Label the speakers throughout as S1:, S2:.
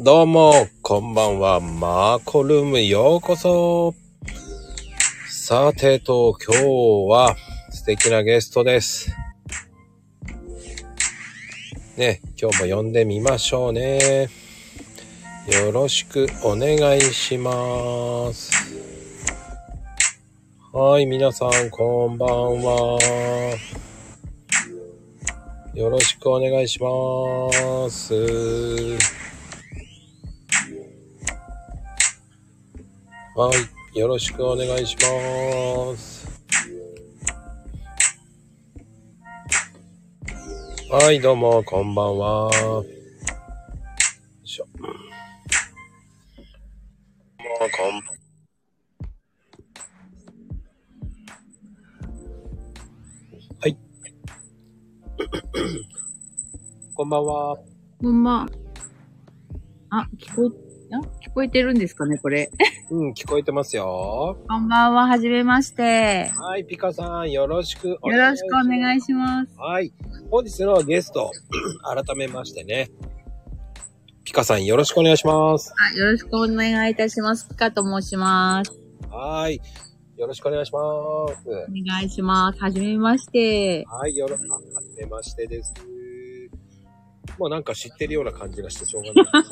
S1: どうも、こんばんは、マーコルームへようこそ。さてと、今日は素敵なゲストです。ね、今日も呼んでみましょうね。よろしくお願いします。はい、皆さん、こんばんは。よろしくお願いします。はい、よろしくお願いします。はい、どうも、こんばんは。よいしょ。もう、こんはい。こんばんは。
S2: ほんま。あ、聞こえ、あ聞こえてるんですかね、これ。
S1: うん、聞こえてますよ。
S2: こんばんは、はじめまして。
S1: はい、ピカさん、よろしく
S2: よろしくお願い
S1: す。
S2: します。
S1: はい。本日のゲスト、 改めましてね。ピカさん、よろしくお願いします。
S2: あ、よろしくお願いいたします。ピカと申します。
S1: はい。よろしくお願いします。
S2: お願いします。はじめまして。
S1: はい、よろ、あはじめましてです。もうなんか知ってるような感じがしてしょうがない。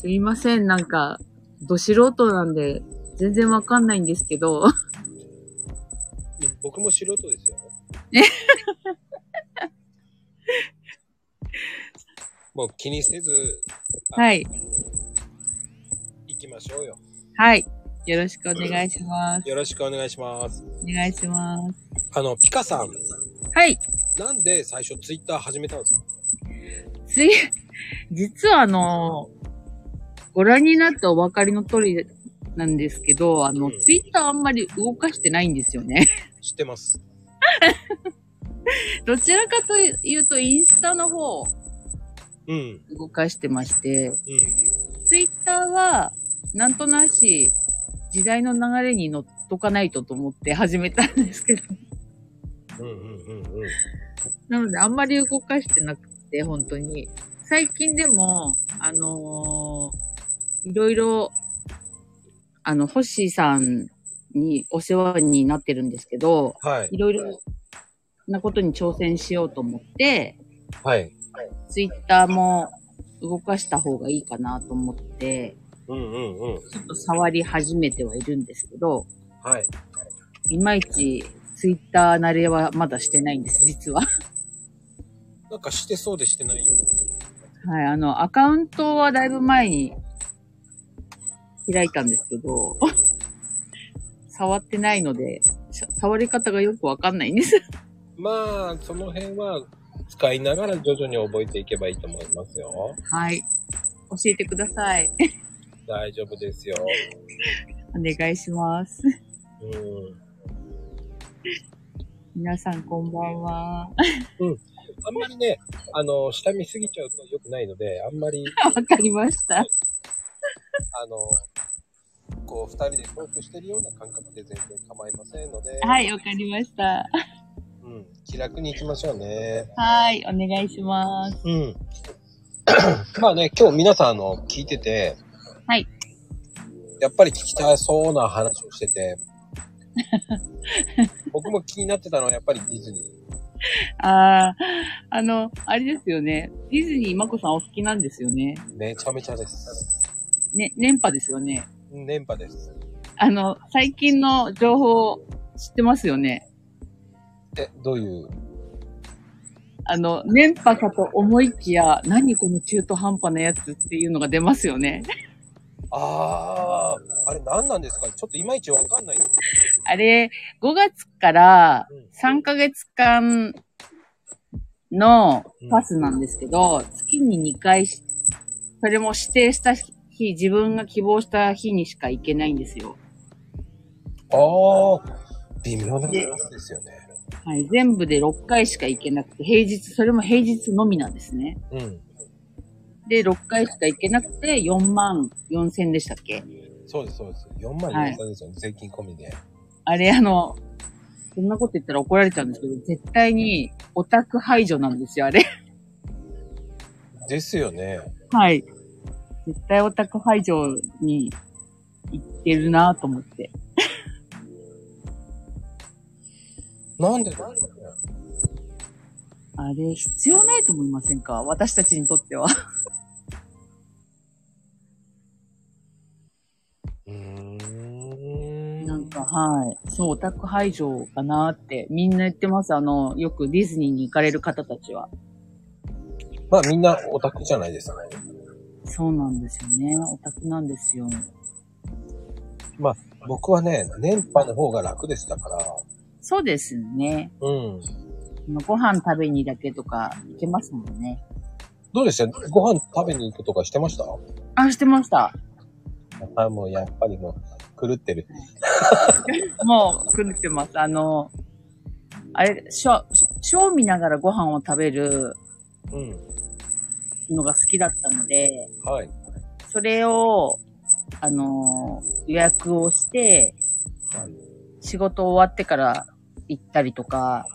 S2: すいません、なんか、ど素人なんで、全然わかんないんですけど。
S1: 僕も素人ですよ。 もう気にせず、
S2: はい。
S1: 行きましょうよ。
S2: はい。よろしくお願いします。
S1: よろしくお願いします。
S2: お願いします。
S1: あの、ピカさん、
S2: はい。
S1: なんで最初ツイッター始めたんですか
S2: 次、実はあの、ご覧になってお分かりの通りなんですけど、あの、
S1: うん
S2: ツイッターあんまり動かしてないんですよね。
S1: 知ってます。
S2: どちらかというと、インスタの方を
S1: うん、
S2: 動かしてまして、
S1: うん、
S2: ツイッターは、なんとなし、時代の流れに乗っとかないとと思って始めたんですけど、
S1: うん、うん、うん、うん。
S2: なのであんまり動かしてなくて、本当に。最近でも、あのーいろいろ、あの、星さんにお世話になってるんですけど、
S1: はい
S2: い、ろいろなことに挑戦しようと思って、
S1: はい。
S2: ツイッターも動かした方がいいかなと思って、
S1: うん、うん、うん。
S2: ちょっと触り始めてはいるんですけど、
S1: はい。
S2: いまいちツイッター慣れはまだしてないんです、実は。
S1: なんかしてそうでしてないよ。
S2: はい、あの、アカウントはだいぶ前に開いたんですけど、 触ってないので、さ触り方がよくわかんないんです。
S1: まあ、その辺は使いながら徐々に覚えていけばいいと思いますよ。
S2: はい。教えてください。
S1: 大丈夫ですよ。
S2: お願いします。
S1: うん。
S2: 皆さんこんばんは。
S1: あんまりね、あの、下見すぎちゃうと良くないので、あんまり、
S2: わかりました。
S1: あの、こう、二人でトークしてるような感覚で全然構いませんので、
S2: はい、わかりました。
S1: うん。気楽に行きましょうね。
S2: はい、お願いします。
S1: うん。 まあね、今日皆さん、あの、聞いてて、
S2: はい。
S1: やっぱり聞きたいそうな話をしてて、 僕も気になってたのはやっぱりディズニー。
S2: あー、あの、あれですよね。ディズニー、まこさんお好きなんですよね。
S1: めちゃめちゃです。
S2: ね、年波ですよね。
S1: 連覇です。
S2: あの、最近の情報知ってますよね。
S1: え、どういう
S2: あの、年波かと思いきや、何この中途半端なやつっていうのが出ますよね。
S1: ああ、あれ何なんですかちょっといまいちわかんないんです
S2: あれ、5月から
S1: うん
S2: 3ヶ月間のパスなんですけど、月に2回し、それも指定した日、自分が希望した日にしか行けないんですよ。
S1: ああ、微妙な話ですよね。
S2: はい、全部で6回しか行けなくて、平日、それも平日のみなんですね。
S1: うん。
S2: で、6回しか行けなくて、4万4千でしたっけ
S1: そうです、そうです。4万
S2: はい
S1: 4千ですよね、税金込みで。
S2: あれ、あの、そんなこと言ったら怒られちゃうんですけど、絶対にオタク排除なんですよ、あれ。
S1: ですよね。
S2: はい。絶対オタク排除に行ってるなぁと思って。
S1: なんでなんで
S2: あれ、必要ないと思いませんか私たちにとっては。
S1: うーん。
S2: なんか、はい。そう、オタク排除かなって、みんな言ってます。あの、よくディズニーに行かれる方たちは。
S1: まあみんなオタクじゃないですかね。
S2: そうなんですよね。オタクなんですよ。
S1: 僕はね、年波の方が楽でしたから。
S2: そうですね。
S1: うん。
S2: あのご飯食べにだけとか行けますもんね。
S1: どうでしたご飯食べに行くとかしてました
S2: あ、してました。
S1: あ、もうやっぱりもう、狂ってる。
S2: もう、狂ってます。あの、あれ、ショー、ショー見ながらご飯を食べる
S1: うん。
S2: のが好きだったので、
S1: はい。
S2: それを、あの、予約をして、
S1: はい
S2: 仕事終わってから行ったりとか、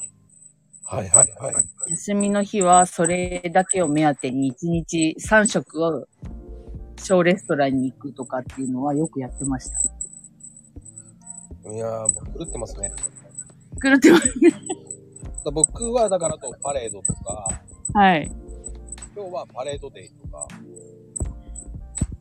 S1: はいはいはい。
S2: 休みの日はそれだけを目当てに1日3食をショーレストランに行くとかっていうのはよくやってました。
S1: いやー、もう狂ってますね。
S2: 狂ってます。
S1: だ僕はだからあとパレードとか、
S2: はい。
S1: 今日はパレードデイとか、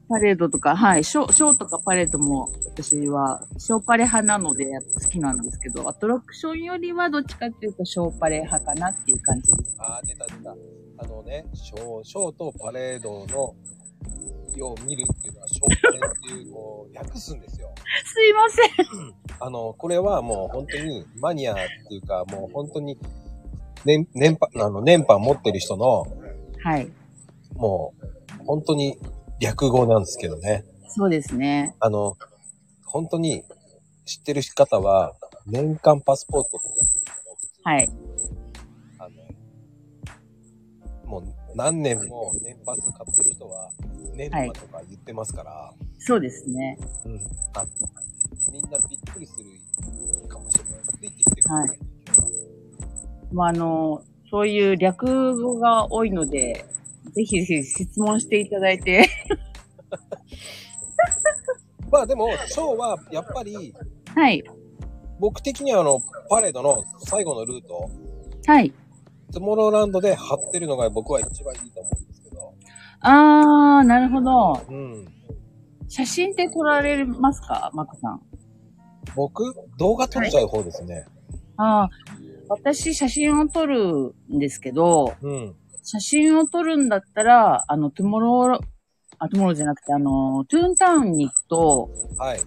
S2: パレードとか、はい、ショー、ショーとかパレードも、私は、ショーパレ派なので、やっぱ好きなんですけど、アトラクションよりは、どっちかっていうと、ショーパレ派かなっていう感じです。
S1: あー、出た出た。あのね、ショー、ショーとパレードの、を見るっていうのは、ショーパレっていう、こう、訳すんですよ。
S2: すいません
S1: あの、これはもう本当にマニアっていうか、もう本当に、年、年波、あの、年波持ってる人の、
S2: はい。
S1: もう、本当に略語なんですけどね。
S2: そうですね。
S1: あの、本当に知ってる方は、年間パスポートってやつ
S2: はい。
S1: あの、もう何年も年パス買ってる人は、年波とか言ってますから、
S2: そうですね。
S1: うん。あみんなびっくりするかもしれない。ついてきてくれる。
S2: まあ、あの、そういう略語が多いので、ぜひぜひ質問していただい て。
S1: まあでも、ショーはやっぱり、
S2: はい。
S1: 僕的にはあの、パレードの最後のルート、
S2: はい。
S1: トゥモローランドで張ってるのが僕は一番いいと思うんですけど。
S2: あー、なるほど。
S1: うん。
S2: 写真って撮られますかマコさん。
S1: 僕、動画撮っちゃう方ですね。
S2: ああ、私写真を撮るんですけど、
S1: うん。
S2: 写真を撮るんだったら、あの、トゥモロー、あ、トゥモローじゃなくて、あの、トゥーンタウンに行くと、
S1: はい。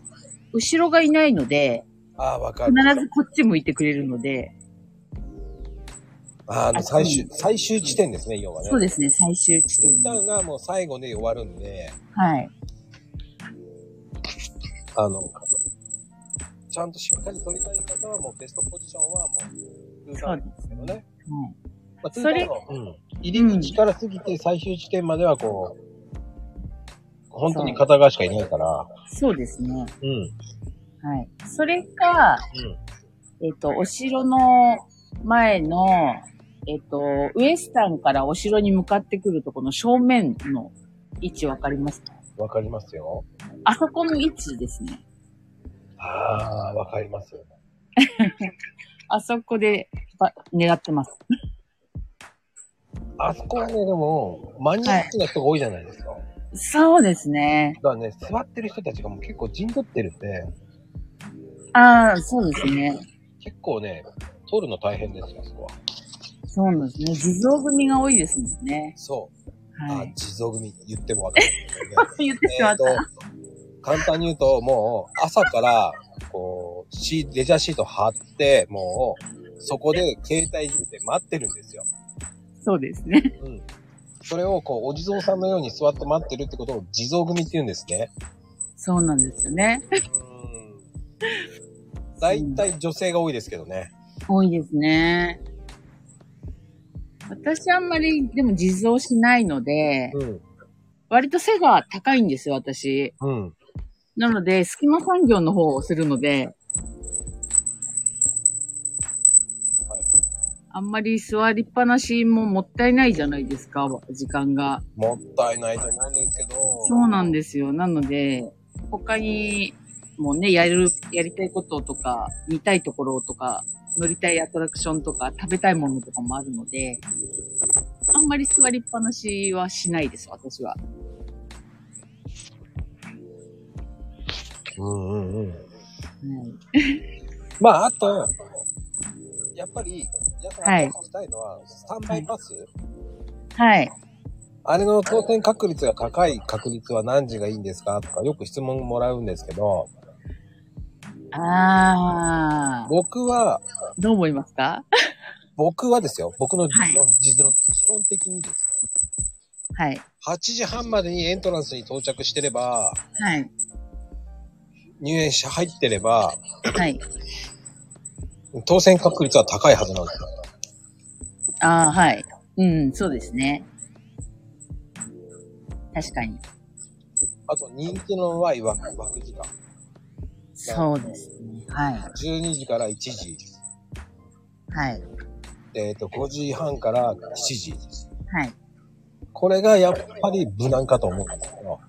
S2: 後ろがいないので、
S1: ああ、わか
S2: 必
S1: る。
S2: ずこっち向いてくれるので、
S1: あーあの、
S2: あ
S1: 最終、最終地点ですね、要はね。
S2: そうですね、最終地
S1: 一
S2: 点。
S1: 旦がもう最後で終わるんで、
S2: はい。
S1: あの、ちゃんとしっかり撮りたい方はもうベストポジションはもう、ルーターなんですけどね。
S2: はい
S1: まあ、
S2: そ
S1: 通
S2: れ
S1: 常の、うん、入り口から過ぎて最終地点まではこう、本当に片側しかいないから、
S2: そうですね。
S1: うん、うん。
S2: はい。それか、えっ、と、お城の前の、えっ、と、ウエスタンからお城に向かってくるとこの正面の位置わかりますか
S1: わかりますよ。
S2: あそこの位置ですね。
S1: ああ、わかりますよ。
S2: あそこで、ば狙ってます。
S1: あそこはね、でも、マニアックな人が多いじゃないですか。
S2: そうですね。
S1: だからね、座ってる人たちがもう結構陣取ってるんで、
S2: ああ、そうですね。
S1: 結構ね、撮るの大変ですよ、あそこは。
S2: そうなんですね。地蔵組が多いですもんね。
S1: そう。
S2: は
S1: あ、
S2: い。
S1: 地蔵組言ってもわかる、
S2: 言ってし
S1: え
S2: ま
S1: っ
S2: った
S1: と。、簡単に言うと、もう、朝から、こう、シーレジャーシート貼って、もう、そこで携帯充電待ってるんですよ。
S2: そうですね。
S1: うん。それを、こう、お地蔵さんのように座って待ってるってことを、地蔵組って言うんですね。
S2: そうなんですよね。
S1: うん。大体女性が多いですけどね。
S2: 多いですね。私あんまり、でも地蔵しないので、
S1: うん。
S2: 割と背が高いんですよ、私。
S1: うん。
S2: なので、隙間産業の方をするので、
S1: はい
S2: あんまり座りっぱなしももったいないじゃないですか、時間が。
S1: もったいないと思うんですけど。
S2: そうなんですよ。なので、他にもね、やる、やりたいこととか、見たいところとか、乗りたいアトラクションとか、食べたいものとかもあるので、あんまり座りっぱなしはしないです、私は。
S1: うんうんうん。
S2: はい。
S1: まあ、あと、やっぱり、皆さん
S2: はい
S1: 話したいのは、スタンバイパス、
S2: はい。
S1: あれの当選確率が高い確率は何時がいいんですかとかよく質問もらうんですけど、
S2: あー。
S1: 僕は、
S2: どう思いますか
S1: 僕はですよ、僕の
S2: はい
S1: 持論、持論持論的にですよ。
S2: はい。
S1: 8時半までにエントランスに到着してれば、
S2: はい。
S1: 入園者入ってれば、
S2: はい。
S1: 当選確率は高いはずなんですよ。
S2: あー、はい。うん、そうですね。確かに。
S1: あと、人気の弱い枠枠時間。
S2: そうですね。はい。
S1: 12時から1時。
S2: はい。
S1: えっ、と、5時半から7時。
S2: はい。
S1: これがやっぱり無難かと思うんですけど。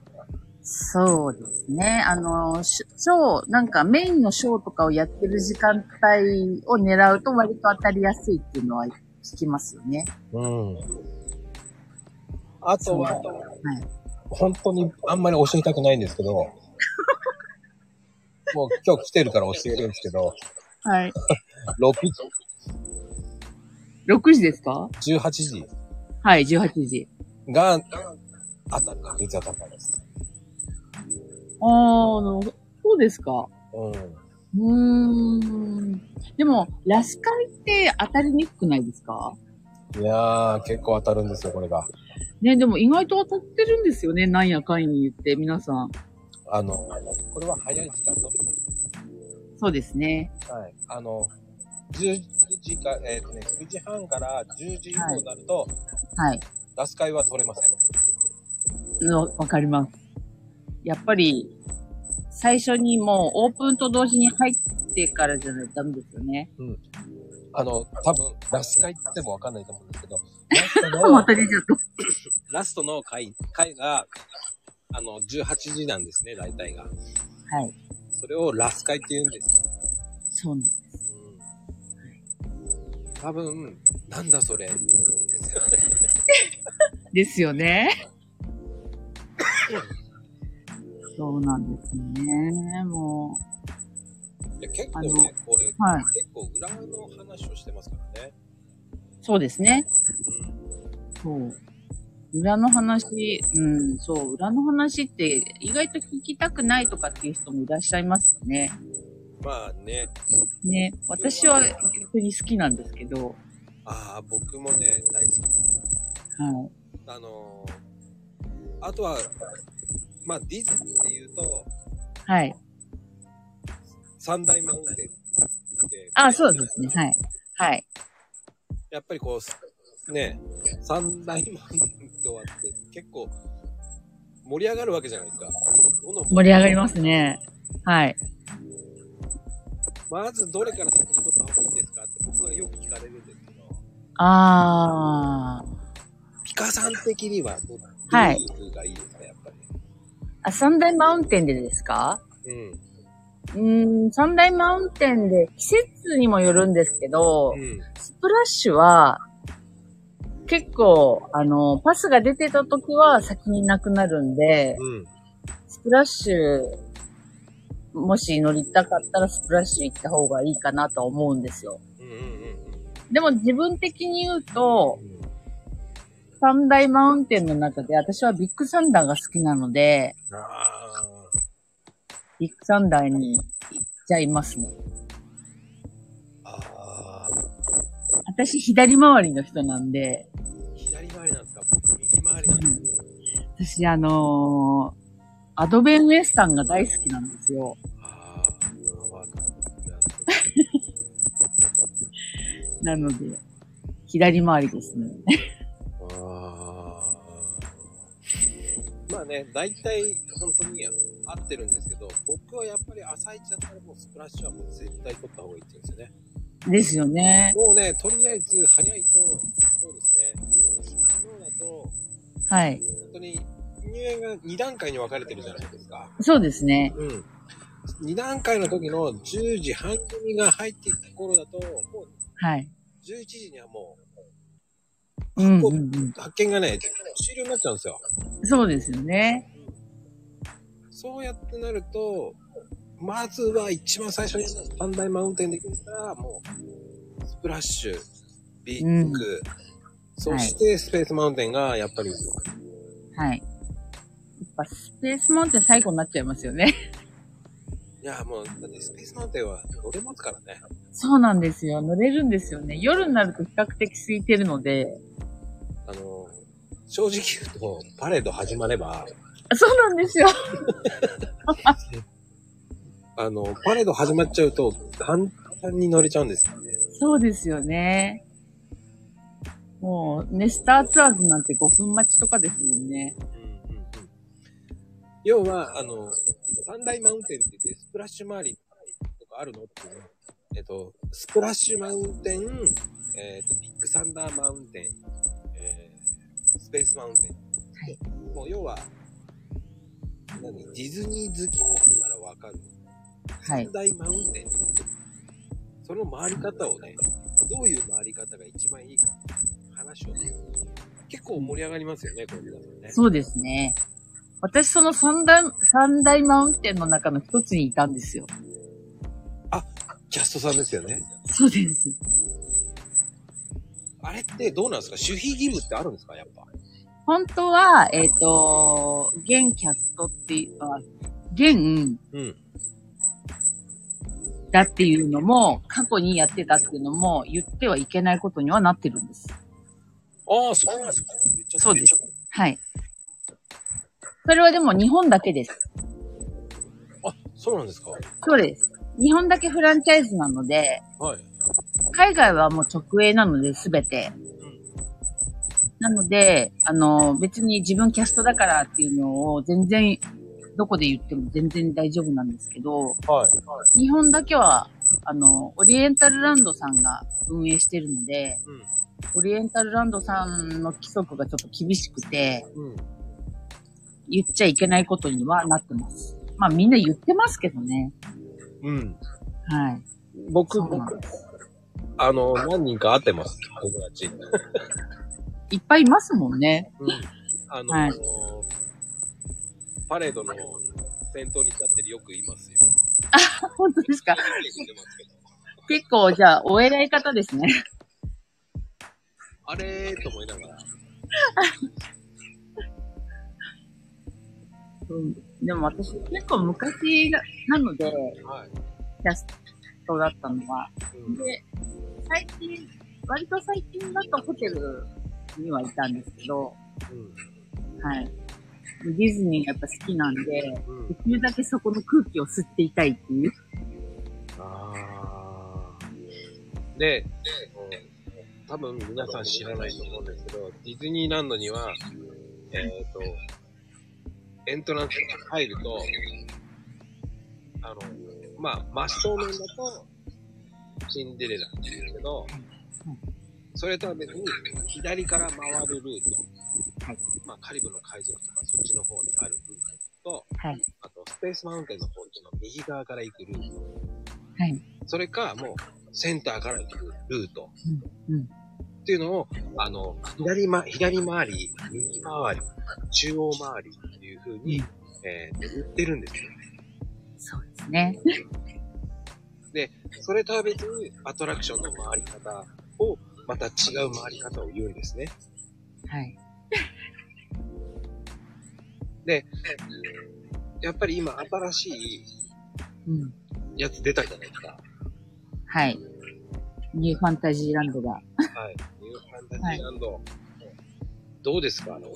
S2: そうですね。あの、ショショー、なんかメインのショーとかをやってる時間帯を狙うと割と当たりやすいっていうのは聞きますよね。
S1: うん。あとは、
S2: はい。
S1: 本当にあんまり教えたくないんです けど、もう今日来てるから教えるんですけど、
S2: はい。
S1: 6
S2: 6時ですか
S1: 時、18時
S2: はい、18時。
S1: が当たる確率が高いです。
S2: あー、あのそうですか。
S1: うん。
S2: うーん。でも、ラスカイって当たりにくくないですか
S1: いやー、結構当たるんですよ、これが。
S2: ね、でも意外と当たってるんですよね。なんやかんや言って、皆さん。
S1: あの、これは早い時間のみです。
S2: そうですね。
S1: はい。あの、10時か、えっ、とね、9時半から10時以降になると、
S2: はい。
S1: ラス会は取れません。
S2: の、わかります。やっぱり、最初にもうオープンと同時に入ってからじゃないとダメですよね。
S1: あの、多分、ラス会って言ってもわかんないと思うんですけど、
S2: ま
S1: ラス
S2: た
S1: ト
S2: 出
S1: の、
S2: ちゃった。
S1: ラストの会、会が、あの、18時なんですね、大体が。
S2: はい。
S1: それをラス会って言うんですよ。
S2: そうなん
S1: うん、多分、なんだそれ。ですよね
S2: ですよね。そうなんですね。も
S1: いや結構ね、これ、
S2: う。はい。
S1: 結構裏の話をしてますからね。
S2: そうですね。
S1: うん。
S2: そう。裏の話、うん、そう。裏の話って意外と聞きたくないとかっていう人もいらっしゃいますよね。
S1: まあね、
S2: ね。私は逆に好きなんですけど。
S1: ああ、僕もね、大好きです。
S2: はい。
S1: あのーあとは、まあ、ディズニーで言うと、
S2: はい。
S1: 三大マウンテンで。
S2: あ、そうですね。はい。はい。
S1: やっぱりこう、ね、三大マウンテンって終わって、結構、盛り上がるわけじゃないですか。どの
S2: 盛り上がりますね。はい。
S1: まずどれから先に取った方がいいんですかって僕はよく聞かれるんですけど、
S2: あー。
S1: ピカさん的にはど、
S2: はい
S1: どういうのがいいですか、やっぱり。
S2: あ、三大マウンテンでですか
S1: うん。
S2: うーん、三大マウンテンで季節にもよるんですけど、
S1: うん。
S2: スプラッシュは、結構、あの、パスが出てた時は先になくなるんで、
S1: うん。
S2: スプラッシュ、もし乗りたかったらスプラッシュ行った方がいいかなとは思うんですよ。
S1: うんうん
S2: でも自分的に言うと、
S1: うん。
S2: 三大マウンテンの中で、私はビッグサンダーが好きなので、
S1: うん、あ
S2: ビッグサンダーに行っちゃいますね。
S1: あ。ああ。
S2: 私、左回りの人なんで、
S1: 左回りなんですか僕右回りなんですか
S2: 私、あのーアドベンウェスタンが大好きなんですよ。
S1: ああ、わかる。
S2: なので、左回りですね。
S1: あーまあね、大体本当に合ってるんですけど、僕はやっぱり朝一だったらもうスプラッシュはもう絶対取った方がいいって言うんですよね。
S2: ですよね。
S1: もうね、とりあえず早いと、そうですね。今のだと、
S2: はい。
S1: 本当に入園が2段階に分かれてるじゃないですか。
S2: そうですね。
S1: うん。2段階の時の10時半組が入っていく頃だと、もう
S2: はい。
S1: 11時にはもう、
S2: うん、
S1: こ
S2: う、
S1: うん
S2: うん。
S1: 発見がね、終了になっちゃうんですよ。
S2: そうですよね。
S1: そうやってなると、まずは一番最初に三大マウンテンできるから、もう、スプラッシュ、ビッグ、そしてスペースマウンテンがやっぱり、
S2: はい。やっぱスペースマウンテン最後になっちゃいますよね。
S1: いや、もう、だってスペースマウンテンは乗れますからね。
S2: そうなんですよ。乗れるんですよね。夜になると比較的空いてるので。
S1: あの、正直言うと、パレード始まれば、
S2: あそうなんですよ。
S1: あの、パレード始まっちゃうと、簡単に乗れちゃうんですよね。
S2: そうですよね。もう、ね、スターツアーズなんて5分待ちとかですもんね。
S1: うんうんうん要は、あの、三大マウンテンって言って、スプラッシュ周りとかあるのっていうのえっと、スプラッシュマウンテン、えっと、ビッグサンダーマウンテン、えー、スペースマウンテン。
S2: い
S1: もう、要は、何ディズニー好きの人ならわかる。
S2: はい
S1: 三。大マウンテン。その回り方をね、どういう回り方が一番いいか、話をね、結構盛り上がりますよね、これ皆さんね。
S2: そうですね。私、その三大、三大マウンテンの中の一つにいたんですよ。
S1: キャストさんですよね。
S2: そうです。
S1: あれってどうなんですか守秘義務ってあるんですかやっぱ。
S2: 本当は、えっ、と、現キャストっていうのは、現
S1: うん。
S2: だっていうのも、過去にやってたっていうのも、言ってはいけないことにはなってるんです。
S1: ああ、そうなんですか
S2: そうです。はい。それはでも日本だけです。
S1: あ、そうなんですか
S2: そうです。日本だけフランチャイズなので、
S1: はい。
S2: 海外はもう直営なので、すべて。なので、あの、別に自分キャストだからっていうのを全然、どこで言っても全然大丈夫なんですけど、
S1: はい。
S2: 日本だけは、あの、オリエンタルランドさんが運営してるので、
S1: うん
S2: オリエンタルランドさんの規則がちょっと厳しくて、
S1: うん。
S2: 言っちゃいけないことにはなってます。まあみんな言ってますけどね。
S1: うん。
S2: はい。
S1: 僕、
S2: そうなん
S1: 僕、あの、何人か会ってます。僕たち。
S2: いっぱいいますもんね。
S1: うん。あの、
S2: はい
S1: パレードの先頭に立ってるよくいますよ。
S2: 本当ですか
S1: 言ってますけど
S2: 結構じゃあお偉い方ですね。
S1: あれーと思いながら。
S2: うん、でも私結構昔ななので、
S1: はい。
S2: キャストだったのは。
S1: うん
S2: で、最近、割と最近だとホテルにはいたんですけど、はい。ディズニーがやっぱ好きなんで、
S1: うん。う
S2: で
S1: ん。
S2: きるだけそこの空気を吸っていたいっていう。
S1: あーで、うん多分皆さん知らないと思うんですけど、ディズニーランドには、えっ、と、エントランスに入ると、あの、まあ、真正面だと、シンデレラっていうんですけど、それとは別に、左から回るルート、
S2: はい。
S1: まあ、カリブの海賊とかそっちの方にあるルートと、
S2: はい。
S1: あと、スペースマウンテンの方っていうのは右側から行くルート。
S2: はい。
S1: それか、もう、センターから行くルート。
S2: うんうん
S1: っていうのを、あの、左ま、左回り、右回り、中央回りっていう風に、
S2: うん
S1: えー言ってるんですよ。
S2: そうですね。
S1: それとは別に、アトラクションの回り方を、また違う回り方を言うんですね。
S2: はい。
S1: やっぱり今、新しい
S2: うん。
S1: やつ出たじゃないですか。
S2: はい。ニューファンタジーランドが。
S1: はい。ニューファンタジーランド。どうですかあの、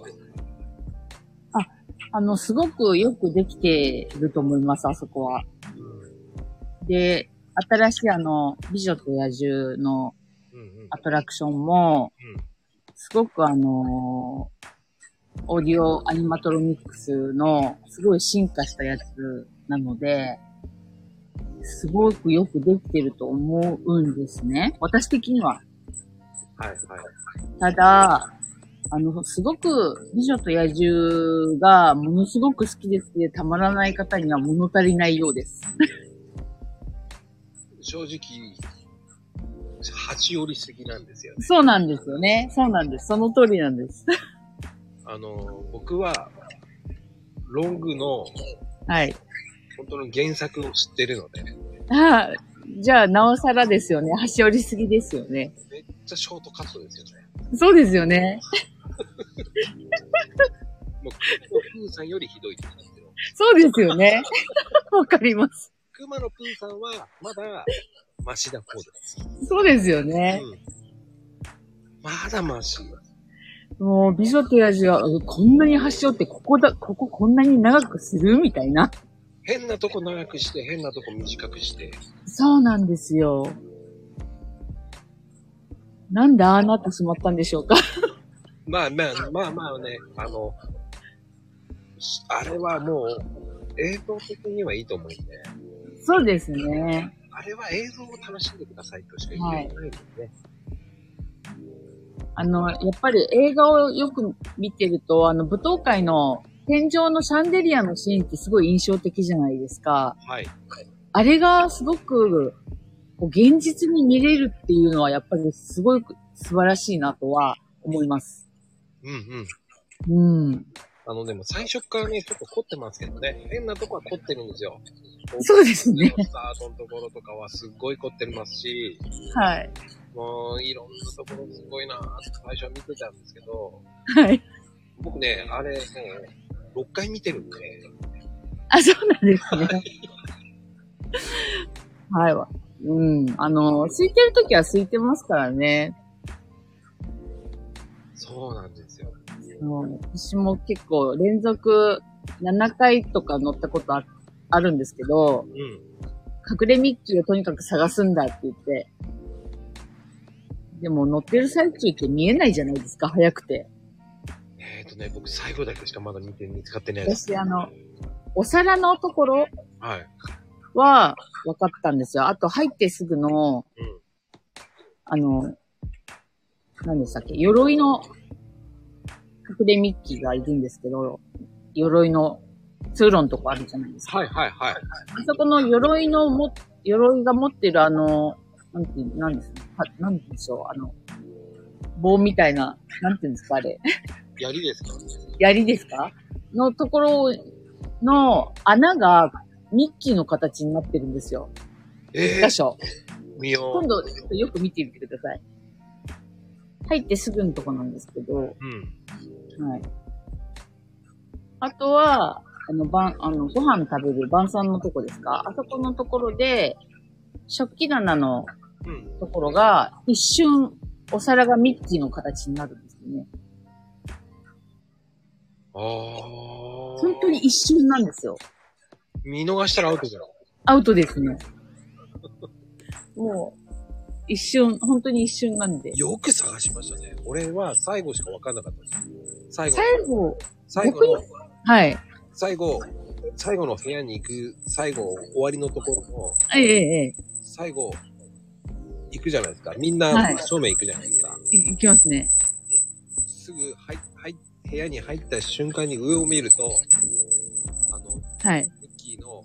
S2: あの、すごくよくできてると思います、あそこは。で、新しいあの、美女と野獣の
S1: うんうん
S2: アトラクションも
S1: うん、
S2: すごくあのーオーディオアニマトロニクスのすごい進化したやつなので、すごくよくできてると思うんですね。私的には。
S1: はいはい。
S2: ただ、あの、すごく、美女と野獣がものすごく好きで好きでたまらない方には物足りないようです。
S1: 正直、八折りすぎなんですよね。
S2: そうなんですよね。そうなんです。その通りなんです。
S1: あの、僕は、ロングの
S2: はい。
S1: 本当の原作を知ってるので、
S2: ああ、じゃあ、なおさらですよね。端折りすぎですよね。
S1: めっちゃショートカットですよね。
S2: そうですよね。
S1: もう、熊のプーさんよりひどいって言うんですよ。
S2: そうですよね。 わかります。
S1: 熊のプーさんは、まだ、マシだ方です。
S2: そうですよね。
S1: うん。まだマシ。
S2: もう、美女と野獣は、こんなに端折って、ここだ、こここんなに長くするみたいな。
S1: 変なとこ長くして、変なとこ短くして。
S2: そうなんですよ。なんでああなってしまったんでしょうか。
S1: まあまあ、まあまあね、あの、しあれはもう、映像的にはいいと思うんで、
S2: そうですね。
S1: あれは映像を楽しんでくださいとしか言えないので、ね
S2: あの、やっぱり映画をよく見てると、あの、舞踏会の天井のシャンデリアのシーンってすごい印象的じゃないですか。
S1: はい。
S2: あれがすごく、こう現実に見れるっていうのはやっぱりすごく素晴らしいなとは思います。
S1: うんうん。
S2: うん。
S1: あの、でも最初からね、ちょっと凝ってますけどね、変なとこは凝ってるんです よ。
S2: そうですね。
S1: スタートのところとかはすっごい凝ってますし、
S2: はい。
S1: もういろんなところすごいなーって最初は見てたんですけど、
S2: はい。
S1: 僕ね、あれもう6回見てるんで、
S2: あ、そうなんですね。はい。うん。あの、空いてる時は空いてますからね。
S1: そうなんですよ。
S2: うん私も結構連続7回とか乗ったことああるんですけど
S1: う、ん。
S2: 隠れミッキーをとにかく探すんだって言って。でも乗ってる最中って見えないじゃないですか、早くて。
S1: えっ、とね、僕最後だけしかまだ見て、見つかってないです。
S2: 私、あの、お皿のところ
S1: はい。
S2: は分かったんですよ。あと入ってすぐの、
S1: うん。
S2: あの、何でしたっけ、鎧の隠れミッキーがいるんですけど、鎧の通路のとこあるじゃないですか。
S1: はいはいはい。
S2: あそこの鎧のも、鎧が持ってるあの、なんていう、なんですか、はなんて言うんでしょう、あの、棒みたいな、なんていうんですか、あれ。
S1: 槍ですか
S2: 槍ですかのところの穴がミッキーの形になってるんですよ。
S1: え
S2: 箇所。
S1: ー、見よ
S2: 今度、ちょっとよく見てみてください。入ってすぐのとこなんですけど、は
S1: う。うん。
S2: い。あとは、あの、晩、あの、ご飯食べる晩餐のとこですかあそこのところで、食器棚の
S1: うん。
S2: ところが、一瞬、お皿がミッキーの形になるんですよね。
S1: あー。
S2: 本当に。一瞬なんですよ。
S1: 見逃したらアウトじゃん。
S2: アウトですね。もう、一瞬、本当に一瞬なんで。
S1: よく探しましたね。俺は最後しか分かんなかったです。最後。
S2: 最後、
S1: 最後の、
S2: はい。
S1: 最後、最後の部屋に行く、最後、終わりのところの、
S2: ええええ、
S1: 最後、行くじゃないですか。みん
S2: は
S1: な、
S2: い
S1: 正面行くじゃないですか。
S2: いいきますね。
S1: すぐ、はい、はい、部屋に入った瞬間に上を見ると、あの、
S2: はい。
S1: ミッキーの、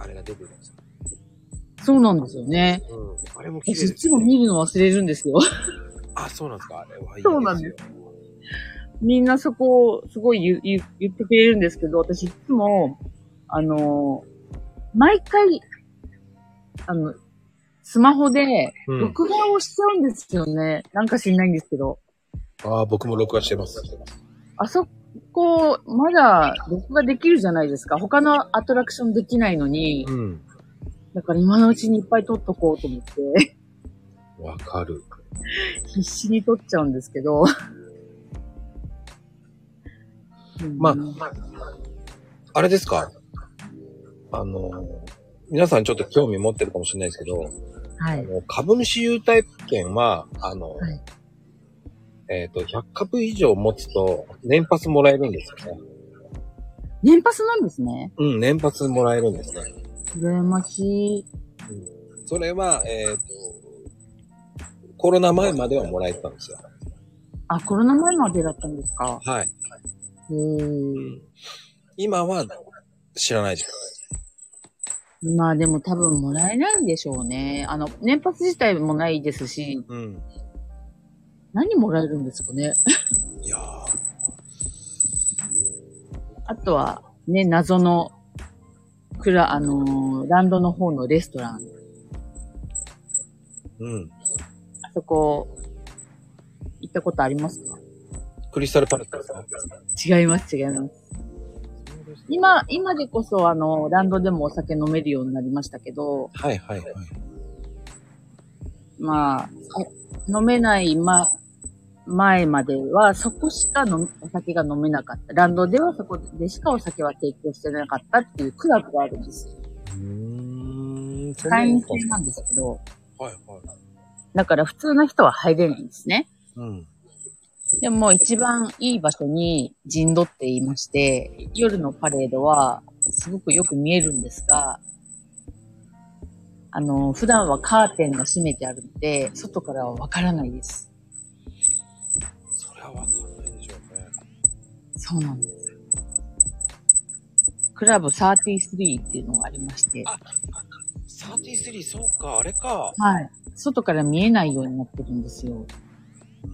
S1: あれが出てるんですよ。
S2: そうなんですよね。
S1: うん。あれも綺麗
S2: 私、い
S1: です
S2: つも見るの忘れるんですよ。
S1: あ、そうなんですか。あれはいいですよ。
S2: そうなんでみんなそこをすごい言う言う言ってくれるんですけど、私いつも、あのー、毎回、あの、スマホで、
S1: うん。
S2: 録画をしちゃうんですよね。なんか知んないんですけど。
S1: ああ、僕も録画してます。
S2: あそこ、まだ録画できるじゃないですか。他のアトラクションできないのに。
S1: うん。
S2: だから今のうちにいっぱい撮っとこうと思って、
S1: わかる。
S2: 必死に撮っちゃうんですけど。うん
S1: まあ、あれですかあの、皆さんちょっと興味持ってるかもしれないですけど、
S2: は
S1: あ
S2: い。
S1: の株主優待券は、あの、
S2: はい
S1: えっ、と、100株以上持つと、年パスもらえるんですよね。
S2: 年パスなんですね。
S1: うん、年パスもらえるんですね。
S2: 羨ましい。
S1: それは、えっ、と、コロナ前まではもらえてたんですよ。
S2: あ、コロナ前までだったんですか。
S1: はい。
S2: へー
S1: 今は知らないじ
S2: まあでも多分もらえないんでしょうね。あの、年パス自体もないですし、
S1: ゃん。うん。
S2: 何もらえるんですかね。
S1: いやー
S2: あとは、ね、謎の、くら、あのーランドの方のレストラン。
S1: うん。
S2: あそこ、行ったことありますか
S1: クリスタルパレットです
S2: 違います、違います。今、今でこそ、あの、ランドでもお酒飲めるようになりましたけど、
S1: はいはいはい。
S2: まあ、あ飲めない、ま、前までは、そこしかのお酒が飲めなかった。ランドではそこでしかお酒は提供してなかったっていうクラブがあるんですよ。
S1: うーん。
S2: 会員制なんですけど、
S1: はいはい。
S2: だから普通の人は入れないんですね。
S1: うん。
S2: でも一番いい場所に陣取っていまして、夜のパレードはすごくよく見えるんですが、あの、普段はカーテンが閉めてあるので、外からはわからないです。
S1: それはわかんないでしょうね。
S2: そうなんです。クラブ33っていうのがありまして、
S1: 33、そうか、あれか。
S2: はい。外から見えないようになってるんですよ。
S1: うー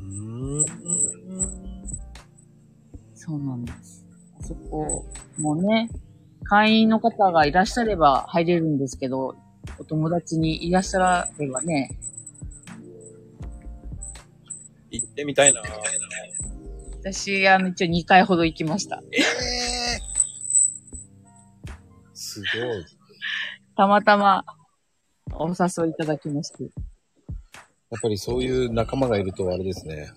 S1: ん。
S2: そうなんです。あそこもね、会員の方がいらっしゃれば入れるんですけど、お友達にいらっしゃればね、
S1: 行ってみたいな。
S2: 私、あの、一応2回ほど行きました。
S1: ええすごい。
S2: たまたま、お誘いいただきまして。
S1: やっぱりそういう仲間がいるとあれですね。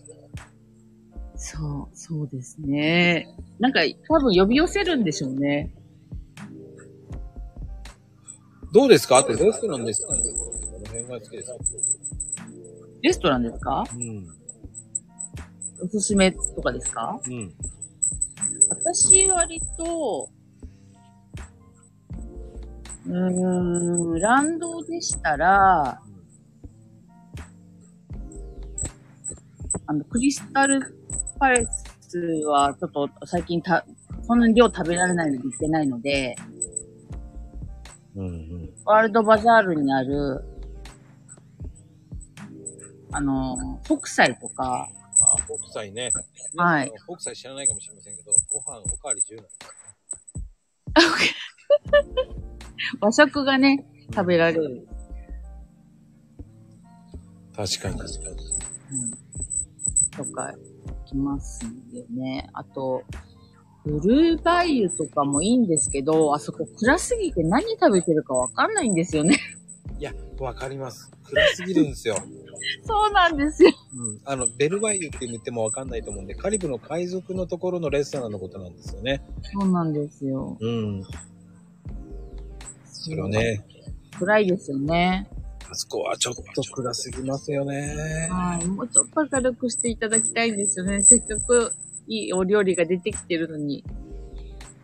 S2: そう、そうですね。なんか、多分呼び寄せるんでしょうね。
S1: どうですかってレストランですかこの辺が好きです。
S2: レストランですか
S1: うん。
S2: おすすめとかですか
S1: うん。
S2: 私割と、うーん、ランドでしたら、あの、クリスタルパレスはちょっと最近た、そんなに量食べられないので行ってないので、
S1: うんうん。
S2: ワールドバザールにある、あの、北斎とか、
S1: あ、北斎ね。
S2: はい。
S1: 北斎知らないかもしれませんけど、ご飯おかわり10なん
S2: 和食がね、食べられる。
S1: 確かに確かに。
S2: とか来ますよね。あと、ブルーバイユとかもいいんですけど、あそこ暗すぎて何食べてるかわかんないんですよね。
S1: わかります。暗すぎるんですよ。
S2: そうなんですよ。
S1: うん。あの、ベルバイユって言ってもわかんないと思うんで、カリブの海賊のところのレストランのことなんですよね。
S2: そうなんですよ。
S1: うん。
S2: そ
S1: それを。ね、
S2: 暗いですよね。
S1: あそこはちょっと暗すぎますよね。
S2: はい。もうちょっと明るくしていただきたいんですよね。せっかくいいお料理が出てきてるのに。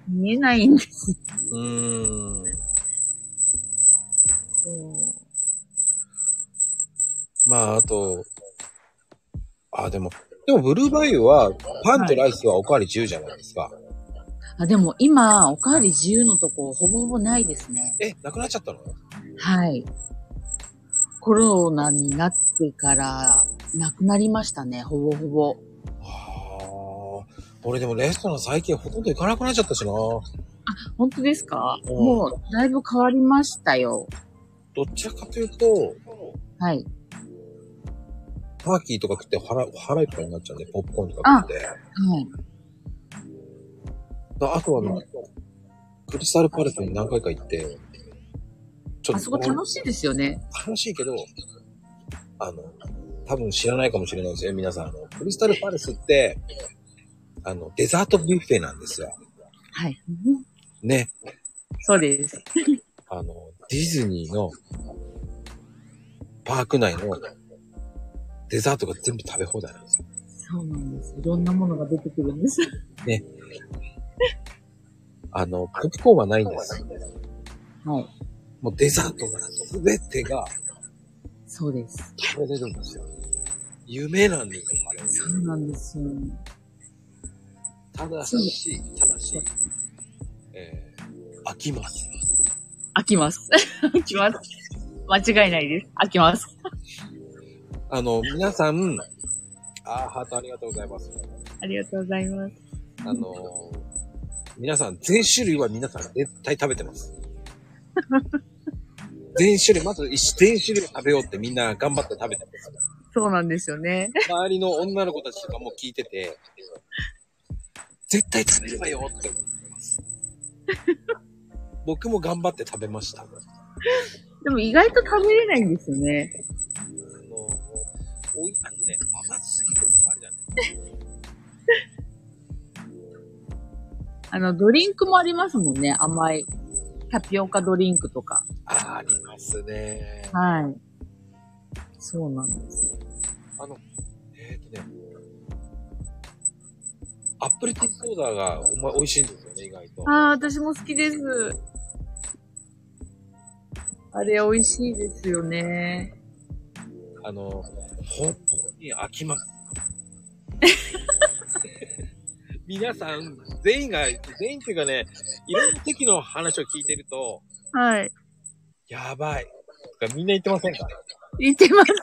S2: 見えないんです。
S1: うーん。
S2: そう。
S1: まあ、あと、あ、でも、でもブルーバイユは、パンとライスはおかわり自由じゃないですか。
S2: あ、でも今、おかわり自由のとこ、ほぼほぼないですね。
S1: え、なくなっちゃったの
S2: はい。コロナになってから、なくなりましたね、ほぼほぼ。
S1: はあ。俺でもレストラン最近ほとんど行かなくなっちゃったしな。ど
S2: 本当ですか
S1: うん
S2: もう、だいぶ変わりましたよ。
S1: ちらかというと、
S2: はい。
S1: ターキーとか食って腹、腹いっぱいになっちゃうんで、ポップコーンとか食って。
S2: はい。
S1: ああとはね、クリスタルパレスに何回か行って、ちょ
S2: あ
S1: っ
S2: そ
S1: と
S2: こ
S1: 楽
S2: 楽しいですよね。
S1: しいけど、あの、多分知らないかもしれないですよ、皆さん。あの、クリスタルパレスって、あの、デザートビュッフェなんですよ。
S2: はい。
S1: ね。
S2: そうです。
S1: あの、ディズニーの、パーク内の、デザートが全部食べ放題なんですよ。
S2: そうなんです。いろんなものが出てくるんです。
S1: あの、ポップコーンはないんです。
S2: はい。
S1: もうデザートが、すべてが
S2: そうです。
S1: 食べれるんですよ。夢なんですよ、あれ。
S2: そうなんですよ。
S1: ただし、ただし、えー、飽きます。
S2: 飽きます。 飽きます。間違いないです。飽きます。
S1: あの、皆さん、あーハートありがとうございます。
S2: ありがとうございます。
S1: あのー皆さん、全種類は皆さん絶対食べてます。全種類、まず一全種類食べようってみんな頑張って食べてます。
S2: そうなんですよね。
S1: 周りの女の子たちとかも聞いてて、絶対食べればよ って思ってます。僕も頑張って食べました。あ
S2: でも意外と食べれないんですよね。
S1: の、おい、あのね、甘すぎてもあれじゃない。
S2: あの、ドリンクもありますもんね。甘い。タピオカドリンクとか。
S1: あーありますね。
S2: はい。そうなんです。
S1: えっ、とね、アップルティーソーダがお前美味しいんですよね、意外と。
S2: ああ、私も好きです。あれ美味しいですよね。
S1: あの、本当に飽きます。皆さん、全員が、全員っていうかね、いろんな時の話を聞いてると、
S2: はい。
S1: やばい。とかみんな言ってませんか
S2: 似て ます。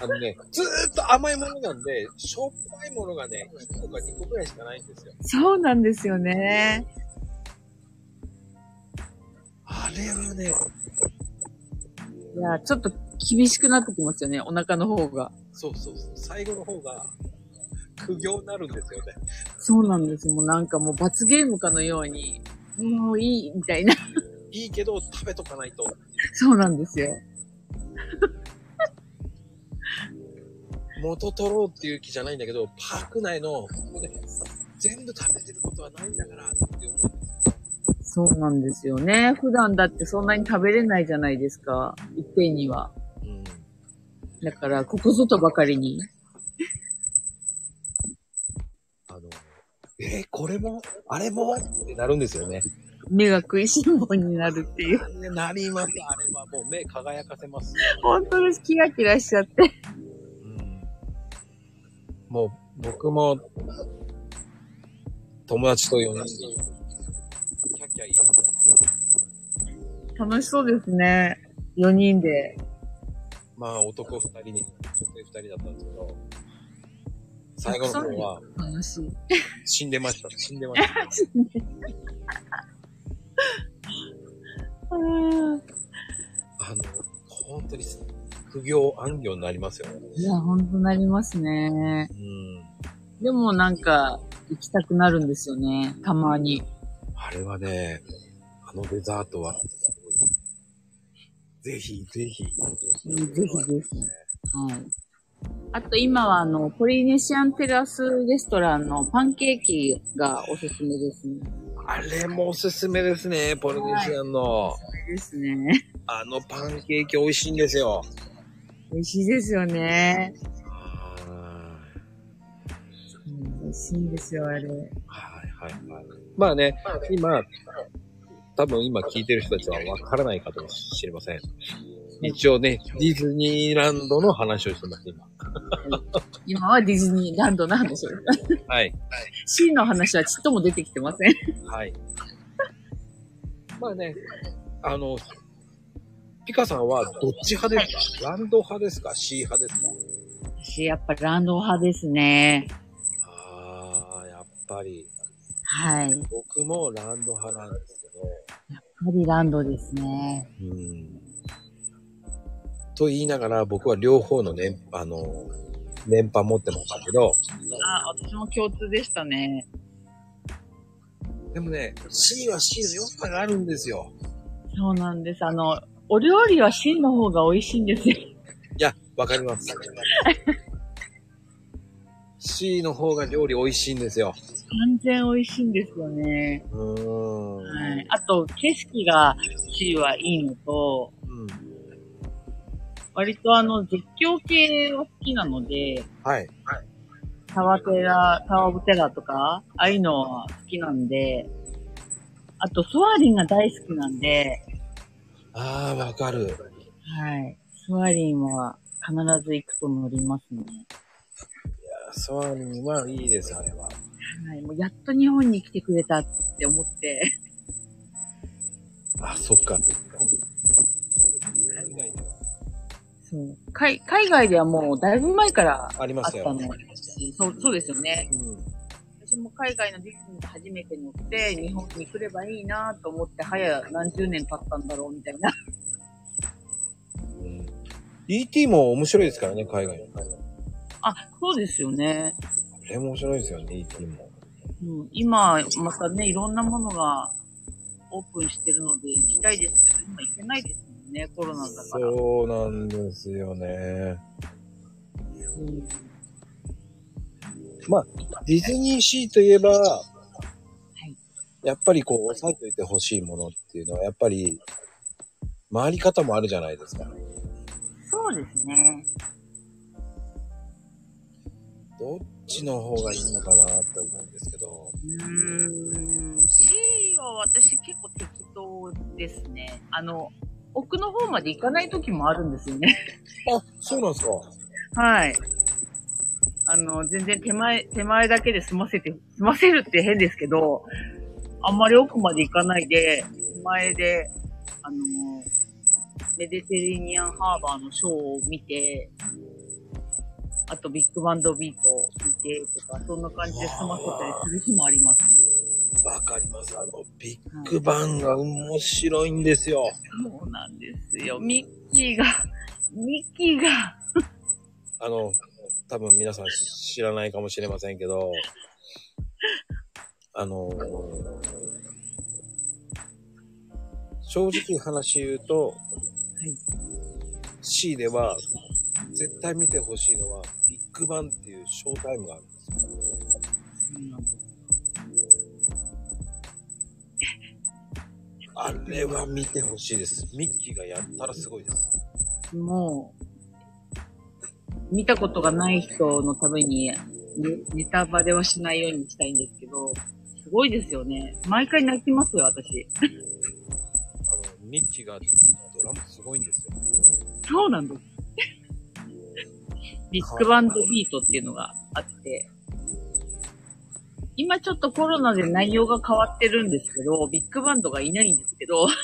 S1: あのね、ずーっと甘いものなんで、しょっぱいものがね、1個か2個くらいしかないんですよ。
S2: そうなんですよね。
S1: あれはね、
S2: いや、ちょっと厳しくなってきますよね。お腹の方が。
S1: そうそうそう、最後の方が、苦行になるんですよね。
S2: そうなんです。もうなんかもう罰ゲームかのように、もういい、みたいな。
S1: いいけど、食べとかないと。
S2: そうなんですよ。
S1: 元取ろうっていう気じゃないんだけど、パーク内の、ここで、全部食べてることはないんだから、って思う。
S2: そうなんですよね。普段だってそんなに食べれないじゃないですか。一定には。
S1: うん。
S2: だから、ここぞとばかりに。
S1: あの、えーこれも、あれもってなるんですよね。
S2: 目が食いしん坊になるっていう。
S1: なります。あれはもう目輝かせます。
S2: 本当にキラキラしちゃって。
S1: うん。もう、僕も、友達と呼んで、キャッキャ言いながら
S2: 楽しそうですね。4人で。
S1: まあ男二人に、女性二人だったんですけど、最後の方は
S2: 楽しい。
S1: 死んでました。死んでました。あの、本当に苦行、暗行になりますよね。
S2: いや、本当なりますね。
S1: うん。
S2: でもなんか、行きたくなるんですよね。たまに。
S1: あれはね、あのデザートは、ぜひ、ぜひ。ぜ
S2: ひぜひはい。あと今はあの、ポリネシアンテラスレストランのパンケーキがおすすめですね。
S1: あれもおすすめですね、ポルネシアンの。
S2: ですね。
S1: あのパンケーキ美味しいんですよ。
S2: 美味しいですよね。
S1: は
S2: 美味しいんですよ、あれ。
S1: いはいはい。まあね、今、多分今聞いてる人たちはわからないかともしれません。一応ね、ディズニーランドの話をしてます、今。
S2: 今はディズニーランドの 話。
S1: はい。
S2: シーの話はちっとも出てきてません。
S1: はい。まあね、あの、ピカさんはどっち派ですか、ランド派ですか ?C 派ですか
S2: 私、やっぱランド派ですね。
S1: ああ、やっぱり。
S2: はい。やっ
S1: 僕もランド派なんです
S2: ぱりランドですね。
S1: けど。うん。と言いながら僕は両方のね、あの、年覇持ってましたけど、
S2: あ、私も共通でしたね。
S1: でもね、C は C の良さがあるんですよ。
S2: そうなんです。あの、お料理はシーの方が美味しいんですよ。
S1: いや、わかります。C の方が料理美味しいんですよ。
S2: 完全美味しいんですよね。
S1: うーん。
S2: はい。あと、景色が C はいいのと、
S1: うん。
S2: 割とあの、絶叫系は好きなので、
S1: はい。
S2: タワーテラ、タワーオブテラーとか、ああいうのは好きなんで、あと、ソアリンが大好きなんで、
S1: ああ、わかる。
S2: はい。ソアリンは必ず行くと乗りますね。
S1: ソアリンはいいです、あれは。
S2: はい。もうやっと日本に来てくれたって思って。
S1: あ、そっか。そうですね海外には
S2: そう。海、海外ではもうだいぶ前から
S1: ありま
S2: あっ
S1: した
S2: た
S1: よ
S2: の。。そう、そうですよね。
S1: うん
S2: 私も海外のディズニーが初めて乗って、日本に来ればいいなと思って、早何十年経ったんだろうみたいな。
S1: うん。ET も面白いですからね、海外の。あ
S2: あ、そうですよね。
S1: れも面白いですよね、ET も。
S2: うん、今、またね、いろんなものがオープンしてるので行きたいですけど、今行けないですもんね、コロナだから。
S1: そうなんですよね。
S2: うん
S1: ディズニーシーといえば、
S2: い
S1: やっぱりこう、押さえておいてほしいものっていうのは、やっぱり、回り方もあるじゃないですか。
S2: そうですね。
S1: どっちの方がいいのかなって思うんですけど、
S2: うーん、C は私結構適当ですね。あの、奥の方まで行かない時もあるんですよね。
S1: あ、そうなんですか。
S2: はい。あの、全然手前、手前だけで済ませて、済ませるって変ですけど、あんまり奥まで行かないで、手前で、あの、メディテレニアンハーバーのショーを見て、あとビッグバンドビートを見てとか、そんな感じで済ませたりする日もあります。
S1: わかります。あの、ビ
S2: はい
S1: ッグバンが面白いんですよ。
S2: そうなんですよ。ミッキーが、ミッキーが、
S1: あの、多分皆さん知らないかもしれませんけど、あの、正直話言うと、
S2: い
S1: C では絶対見てほしいのはビッグバンっていうショータイムがあるんですよ。あれは見てほしいです。ミッキーがやったらすごいです。
S2: もう、見たことがない人のために、ねネタバレはしないようにしたいんですけど、すごいですよね。毎回泣きますよ、私。
S1: あの、ミッキーがドラムすごいんですよ。
S2: そうなんです。 ビッグバンドビートっていうのがあって、今ちょっとコロナで内容が変わってるんですけど、ビッグバンドがいないんですけど、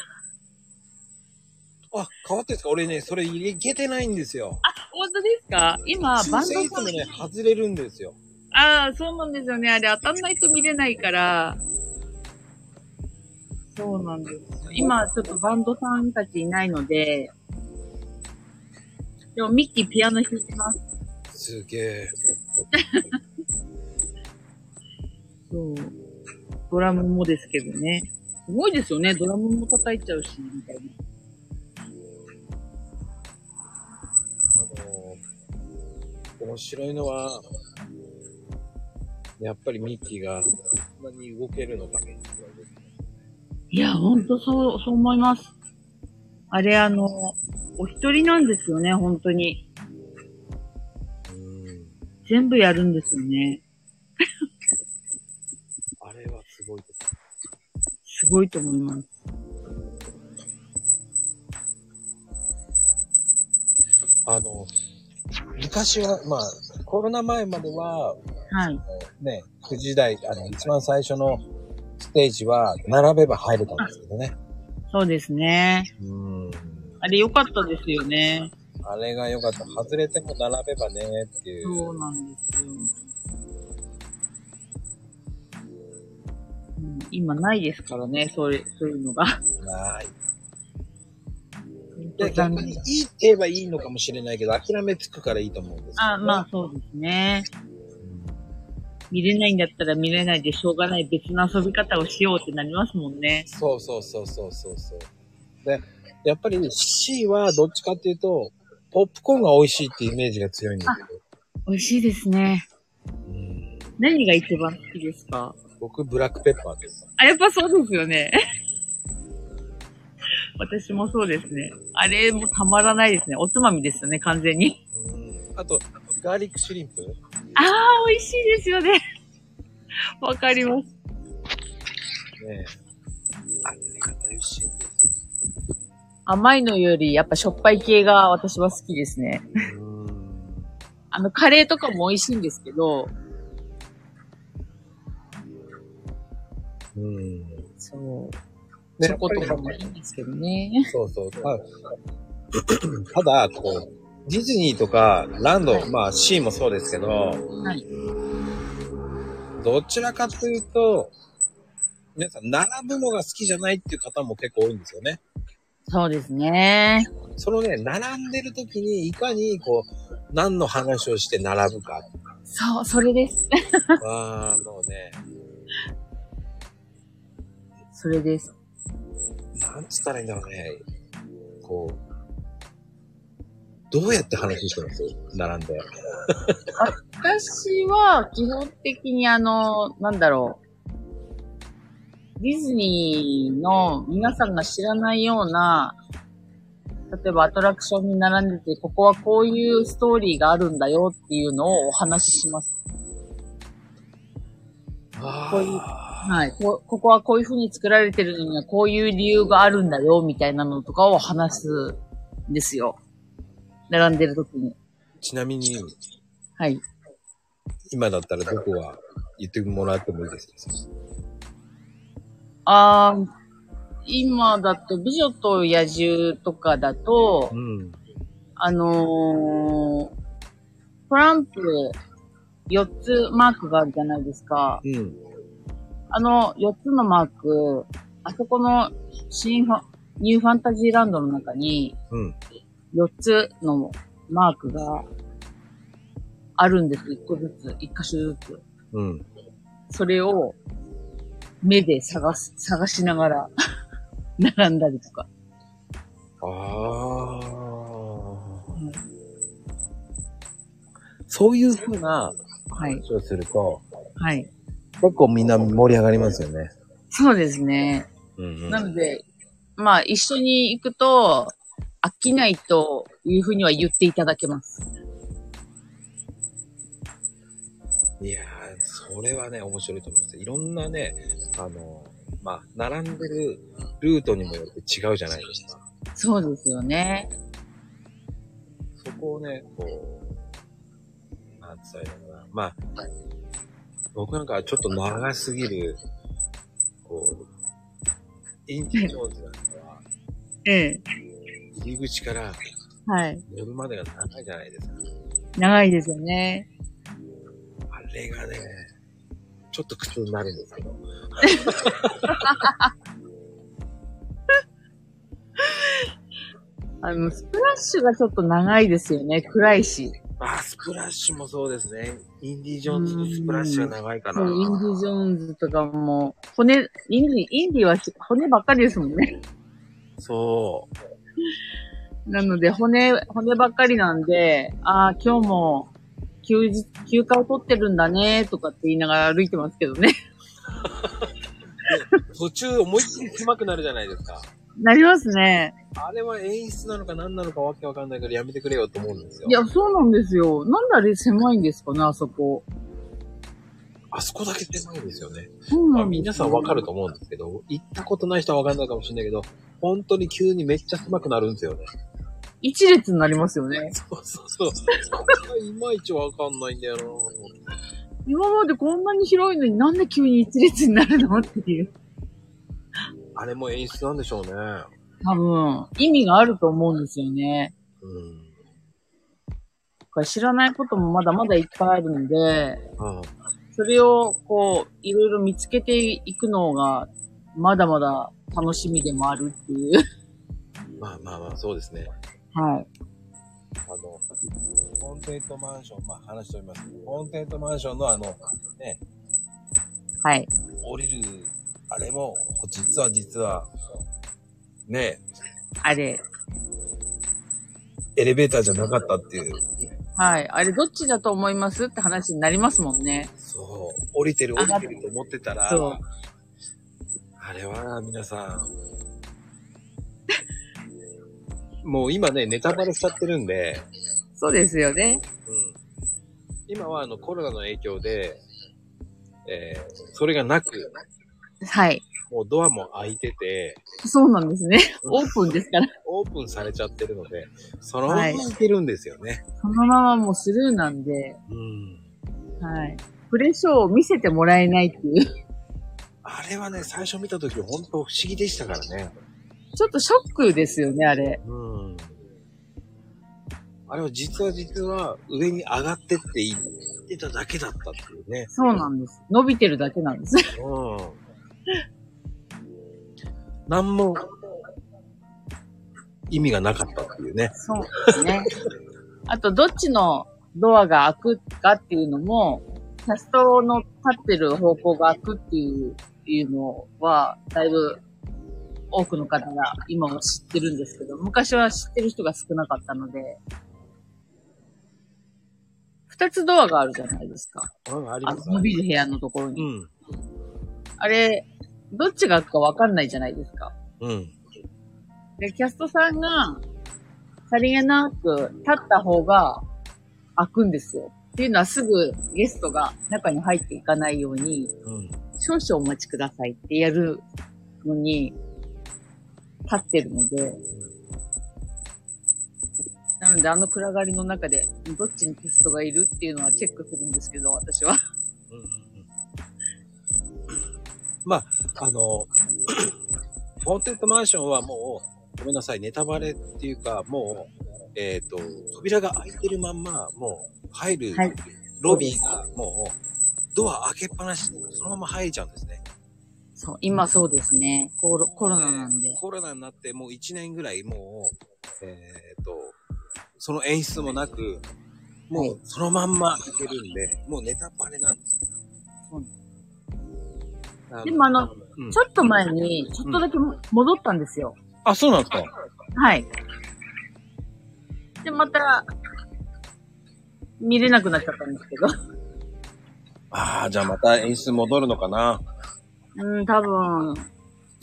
S1: あ、変わってるんですか俺ね、それいけてないんですよ。
S2: 本当ですか今、バンド
S1: 抽選いつもね、外れるんですよ。
S2: ああ、そうなんですよね。あれ当たんないと見れないから。そうなんですよ。今、ちょっとバンドさんたちいないので、でもミッキーピアノ弾いてます。
S1: すげえ。
S2: そう。ドラムもですけどね。すごいですよね。ドラムも叩いちゃうし、みたいな。
S1: あのー面白いのは、やっぱりミッキーが、こんなに動けるのかね。
S2: いや、ほんとそう、そう思います。あれ、あの、お一人なんですよね、本当に。
S1: うん。
S2: 全部やるんですよね。
S1: あれはすごいです。
S2: すごいと思います。
S1: あの、昔は、まあ、コロナ前までは、
S2: はい。
S1: ね、9時台、あの、一番最初のステージは、並べば入れたんですけどね。
S2: そうですね。
S1: うん。
S2: あれ良かったですよね。
S1: あれが良かった。外れても並べばね、っていう。
S2: そうなんですよ。うん、今ないですからね、そういう、そういうのが。
S1: ない。
S2: 本当
S1: で
S2: 残
S1: 逆にい
S2: 念
S1: いって言えばいいのかもしれないけど、諦めつくからいいと思うんですよ、
S2: あ、まあそうですね。見れないんだったら見れないでしょうがない別の遊び方をしようってなりますもんね。
S1: そうそうそうそうそうそう。で、やっぱり C はどっちかっていうと、ポップコーンが美味しいってイメージが強いんですけど、
S2: 美味しいですね。
S1: うん
S2: 何が一番好きですか
S1: 僕、ブラックペッパーです。
S2: あ、やっぱそうですよね。 私もそうですね。あれもたまらないですね。おつまみですよね、完全に。
S1: うんあと、ガーリックシュリンプ
S2: ああ、美味しいですよね。わかります。
S1: ねえあれが美味しいんですよ。
S2: 甘いのより、やっぱしょっぱい系が私は好きですね。
S1: うん。
S2: あの、カレーとかも美味しいんですけど、
S1: うん。
S2: そう。
S1: ね
S2: チョコとかもいいんですけどね。
S1: そうそう。あ ただ、こう、ディズニーとか、ランド、
S2: はい
S1: まあ、シーもそうですけど、
S2: はい。
S1: どちらかというと、皆さん、並ぶのが好きじゃないっていう方も結構多いんですよね。
S2: そうですね。
S1: そのね、並んでる時に、いかに、こう、何の話をして並ぶか。
S2: そう、そ れです。
S1: ああ、もうね、
S2: それです。
S1: なんつったらいいんだろうね。こう、どうやって話してます並んで。
S2: 私は、基本的にあの、なんだろう。ディズニーの皆さんが知らないような、例えばアトラクションに並んでて、ここはこういうストーリーがあるんだよっていうのをお話しします。こういう
S1: あ
S2: はい。こここはこういう風に作られてるのにはこういう理由があるんだよみたいなのとかを話すんですよ。並んでる時に。
S1: ーちなみに、
S2: はい。
S1: 今だったらどこは言ってもらってもいいですか
S2: あー今だと、美女と野獣とかだと
S1: う、ん。
S2: あのートランプ4つマークがあるじゃないですか。
S1: うん。
S2: あの4つのマーク、あそこの新ファニューファンタジーランドの中に
S1: うん。
S2: 4つのマークがあるんです。1個ずつ、1箇所ずつ。
S1: うん。
S2: それを目で探す、探しながら 並んだりとか。
S1: ああ。そういうふうな
S2: はい。
S1: 話をすると、
S2: はい。
S1: 結構みんな盛り上がりますよね。
S2: そうですね。
S1: うん、
S2: なので、まあ一緒に行くと、飽きないというふうには言っていただけます。
S1: いやー、それはね、面白いと思います。いろんなね、あの、まあ、並んでるルートにもよって違うじゃないですか。
S2: そうですよね。
S1: そこをね、こう、なんつったらいいのかな。まあ、僕なんかはちょっと長すぎる、こう、インディ・ジョーンズなんかは、
S2: ええ。
S1: 入り口から
S2: はい。
S1: 乗るまでが長いじゃないですか。
S2: 長いですよね。
S1: あれがね、ちょっと苦痛になるんですけど。
S2: あの、スプラッシュがちょっと長いですよね。暗いし。
S1: あー、スプラッシュもそうですね。インディ・ジョーンズのスプラッシュが長いかな。
S2: そう、インディ・ジョーンズとかも、骨、インディ、インディはし骨ばっかりですもんね。
S1: そう。
S2: なので、骨、骨ばっかりなんで、ああ、今日も、休日、休暇を取ってるんだね、とかって言いながら歩いてますけどね。
S1: 途中思いっきり狭くなるじゃないですか。
S2: なりますね。
S1: あれは演出なのか何なのかわけわかんないからやめてくれよと思うんですよ。
S2: いや、そうなんですよ。なんであれ狭いんですかね、あそこ。
S1: あそこだけ狭いんですよね。
S2: そう
S1: まあ
S2: なんです
S1: 皆さんわかると思うんですけど、行ったことない人はわかんないかもしれないけど、本当に急にめっちゃ狭くなるんですよね。
S2: 一列になりますよね。
S1: そうそうそう。あれいまいちわかんないんだよなと思って
S2: 今までこんなに広いのになんで急に一列になるのっていう。
S1: あれも演出なんでしょうね。
S2: 多分、意味があると思うんですよね。
S1: うん。
S2: だから知らないこともまだまだいっぱいあるんで、
S1: あ
S2: それを、こう、いろいろ見つけていくのが、まだまだ楽しみでもあるっていう。
S1: まあまあまあ、そうですね。
S2: はい。
S1: あの、コンテントマンション、まあ話しておりますけど、コンテントマンションのあの、ね、
S2: はい。
S1: 降りる、あれも、実は実は、ね
S2: あれ。
S1: え、エレベーターじゃなかったっていう。
S2: はい。あれ、どっちだと思いますって話になりますもんね。
S1: そう。降りてる降
S2: 上が
S1: り
S2: って
S1: ると思ってたら、
S2: そう
S1: あれは皆さん、 もう今ね、ネタバレしちゃってるんで、
S2: そうですよね。
S1: うん。今はあのコロナの影響で、えーそれがなく、
S2: はい。
S1: もうドアも開いてて、
S2: そうなんですね。オープンですから。
S1: オープンされちゃってるので、そのまま行けるんですよね。
S2: そのままもうスルーなんで、
S1: うん。
S2: はい。プレショーを見せてもらえないっていう。
S1: あれはね、最初見た時本当不思議でしたからね。
S2: ちょっとショックですよね、あれ。
S1: うん。あれは実は実は上に上がってって言ってただけだったっていうね。
S2: そうなんです。伸びてるだけなんです。
S1: うん。なんも意味がなかったっていうね。
S2: そうですね。あと、どっちのドアが開くかっていうのも、キャストの立ってる方向が開くっていういうのは、だいぶ多くの方が今は知ってるんですけど、昔は知ってる人が少なかったので、二つドアがあるじゃないですか。
S1: うん、あり
S2: あ
S1: ます
S2: の伸びる部屋のところ
S1: う
S2: に。
S1: ん。
S2: あれ、どっちが開くかわかんないじゃないですか。
S1: うん。
S2: で、キャストさんが、さりげなく立った方が開くんですよ。っていうのはすぐゲストが中に入っていかないように、
S1: うん。
S2: 少々お待ちくださいってやるのに、立ってるので、なのであの暗がりの中で、どっちにキャストがいるっていうのはチェックするんですけど、私は。
S1: うんうんうんまあ、あの、 ホーンテッドマンションはもう、ごめんなさい、ネタバレっていうか、もう、えっ、と、扉が開いてるまんま、もう、入る、
S2: はい
S1: ロビーが、もう、ドア開けっぱなしで、そのまま入れちゃうんですね。
S2: そう、今そうですね。コロコロナなんで。
S1: コロナになって、もう1年ぐらい、もう、えっ、と、その演出もなく、
S2: は
S1: も、
S2: いう
S1: そのまんま開けるんで、もうネタバレなんです
S2: そう
S1: よ。
S2: でもあの
S1: うん
S2: ちょっと前に、ちょっとだけ戻ったんですよ。
S1: あ、そうなんですか
S2: はい。で、また、見れなくなっちゃったんですけど。
S1: ああ、じゃあまた演出戻るのかな。
S2: うん、多分、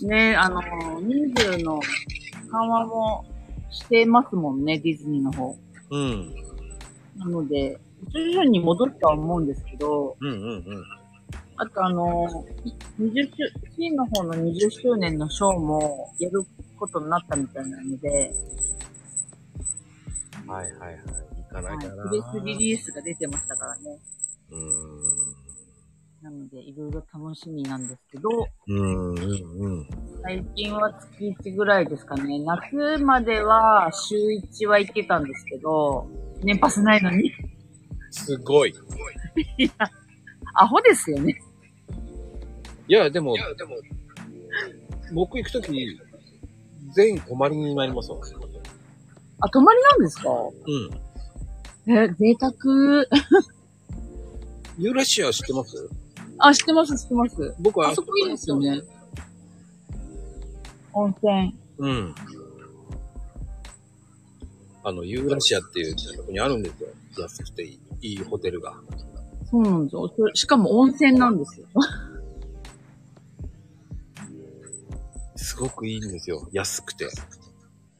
S2: ね、あの、人数の緩和もしてますもんね、ディズニーの方。
S1: うん。
S2: なので、徐々に戻ったは思うんですけど、
S1: うんうんうん。
S2: あとあの、20周、シーの方の20周年のショーもやることになったみたいなので、
S1: はいはいはい。行かな
S2: はいい、プ
S1: かな。
S2: レスリリースが出てましたからね。
S1: うーん。
S2: なので、いろいろ楽しみなんですけど、
S1: うんうんうん。
S2: 最近は月1ぐらいですかね。夏までは週1は行ってたんですけど、年パスないのに。
S1: すごい。
S2: アホですよね。
S1: いや、でも、僕行くときに、全員泊まりになりますわ。
S2: あ、泊まりなんですか
S1: うん。
S2: え、贅沢。
S1: ユーラシア知ってます
S2: あ、知ってます、知ってます。
S1: 僕は
S2: あそこいいですよね。温泉。
S1: うん。あの、ユーラシアっていうとこにあるんですよ。安くていいいいホテルが。
S2: そうなんですよ。それしかも温泉なんですよ。
S1: すごくいいんですよ。安くて。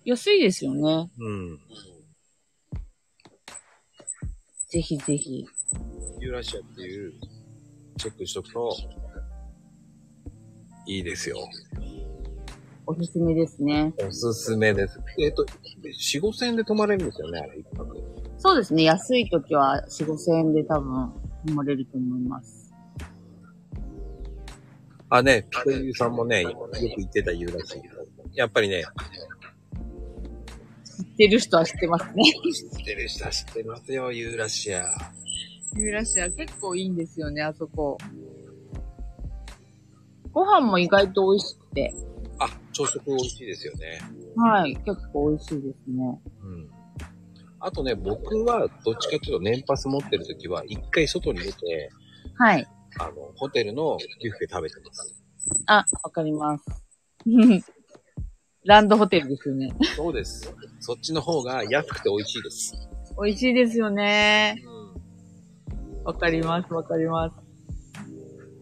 S2: 安いですよね。
S1: うん。
S2: ぜひぜひ。
S1: ユーラシアっていうチェックしとくと、いいですよ。
S2: おすすめですね。
S1: おすすめです。えっ、と、4、5千円で泊まれるんですよね、あれ、一泊。
S2: そうですね。安い時は4、5千円で多分泊まれると思います。
S1: あ、ね、ピコユーさんもね、よく行ってたユーラシア。やっぱりね、
S2: 知ってる人は知ってますね。
S1: 知ってる人は知ってますよ、ユーラシア。
S2: ユーラシア結構いいんですよね、あそこ。ご飯も意外と美味しくて。
S1: あ、朝食美味しいですよね。
S2: はい、結構美味しいですね。
S1: うん。あとね、僕は、どっちかっていうと、年パス持ってる時は、一回外に出て、
S2: はい。
S1: あの、ホテルのビュッフェ食べてます。
S2: あ、わかり ます。ランドホテルですよね。
S1: そうです。そっちの方が安くて美味しいです。
S2: 美味しいですよね。
S1: うん
S2: わかります、わかります。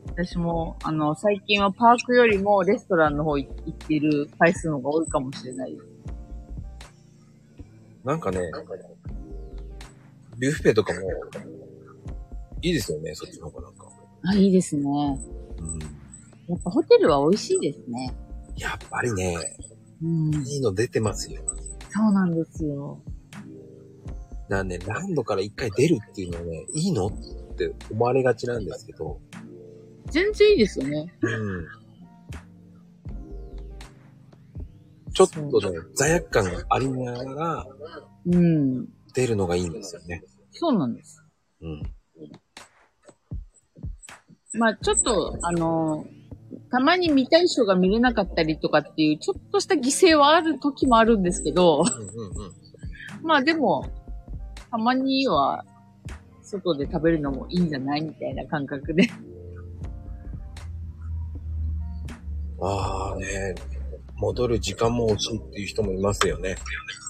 S2: 私も、あの、最近はパークよりもレストランの方行ってる回数の方が多いかもしれないです。
S1: なんかね、ビュッフェとかも、いいですよね、そっちの方がなんか。
S2: あ、いいですね。
S1: うん。
S2: やっぱホテルは美味しいですね。
S1: やっぱりね、
S2: うん。
S1: いいの出てますよ。
S2: そうなんですよ。
S1: なんで、ランドから一回出るっていうのはね、いいのって思われがちなんですけど、
S2: 全然いいですよね。
S1: うん。ちょっとね、罪悪感がありながら
S2: うん。
S1: 出るのがいいんですよね。
S2: そうなんです。
S1: うん。
S2: まあちょっと、あの、たまに見たい人が見れなかったりとかっていう、ちょっとした犠牲はある時もあるんですけ
S1: う
S2: ど、
S1: んうんうん。
S2: まあでも、たまには、外で食べるのもいいんじゃないみたいな感覚で。
S1: ああね、戻る時間も惜しいっていう人もいますよね。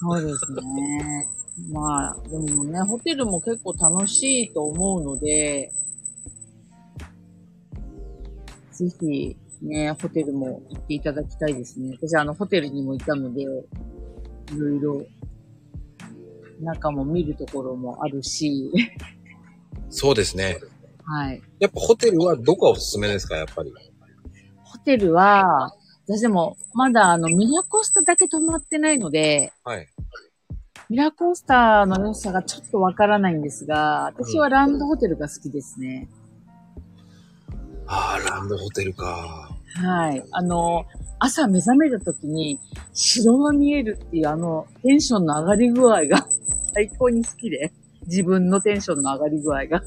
S2: そうですね。まあ、でもね、ホテルも結構楽しいと思うので、ぜひ、ね、ホテルも行っていただきたいですね。私、あの、ホテルにもいたので、いろいろ、中も見るところもあるし、
S1: そうですね。
S2: はい。
S1: やっぱホテルはどこがおすすめですか、やっぱり。
S2: ホテルは、私でも、まだあの、ミラコスタだけ泊まってないので、
S1: はい。
S2: ミラコスタの良さがちょっとわからないんですが、私はランドホテルが好きですね。
S1: ああ、ランドホテルか。
S2: はい。あの、朝目覚めた時に、城が見えるっていうあの、テンションの上がり具合が 最高に好きで、自分のテンションの上がり具合が。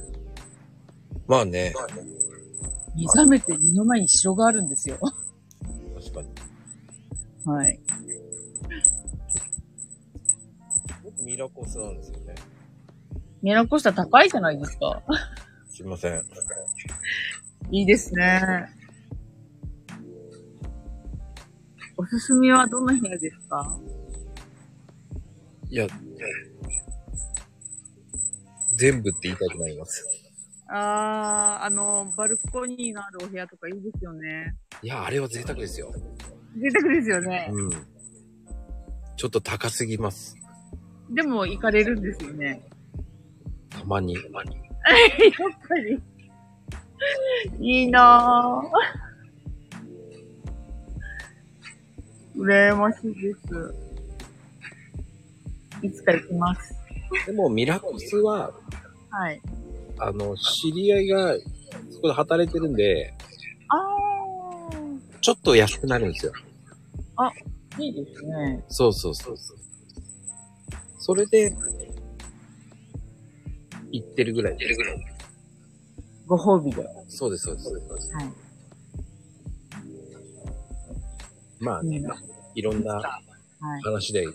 S1: まあね、
S2: 目覚めて目の前に城があるんですよ。
S1: 確かに。
S2: はい。
S1: 僕ミラコスなんですよね。
S2: メラコスタ高いじゃないですか。
S1: すいません。
S2: いいですね。おすすめはどの部屋ですか
S1: いや、全部って言いたくなります。
S2: あー、あの、バルコニーのあるお部屋とかいいですよね。
S1: いや、あれは贅沢ですよ。
S2: 贅沢ですよね。
S1: うん。ちょっと高すぎます。
S2: でも行かれるんですよね。
S1: たまに。たまに。
S2: やっぱり。 いいなぁ。羨ましいです。いつか行きます。
S1: でも、ミラコスは、
S2: はい。
S1: あの、知り合いが、そこで働いてるんで、
S2: あ
S1: ちょっと安くなるんですよ。
S2: ー、いいですね。
S1: そうそうそうそう。それで、行ってるぐらい。
S2: ご褒美で。
S1: そうです、そうです。
S2: はい
S1: まあ
S2: いい
S1: ね
S2: な、
S1: いろんな
S2: はい。
S1: 話で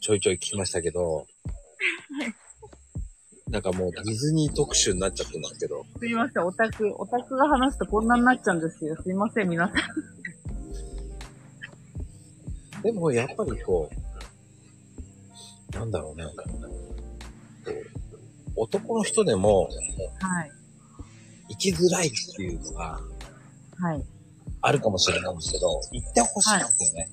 S1: ちょいちょい聞きましたけど、なんかもうディズニー特集になっちゃってますけど、
S2: すいません、オタク、オタクが話すとこんなになっちゃうんですよ。すいません、皆さん。
S1: でもやっぱりこう、なんだろうね、こう男の人でも
S2: はい。
S1: 生きづらいっていうのが
S2: はい。
S1: あるかもしれないんですけど、行ってほしいんですよね。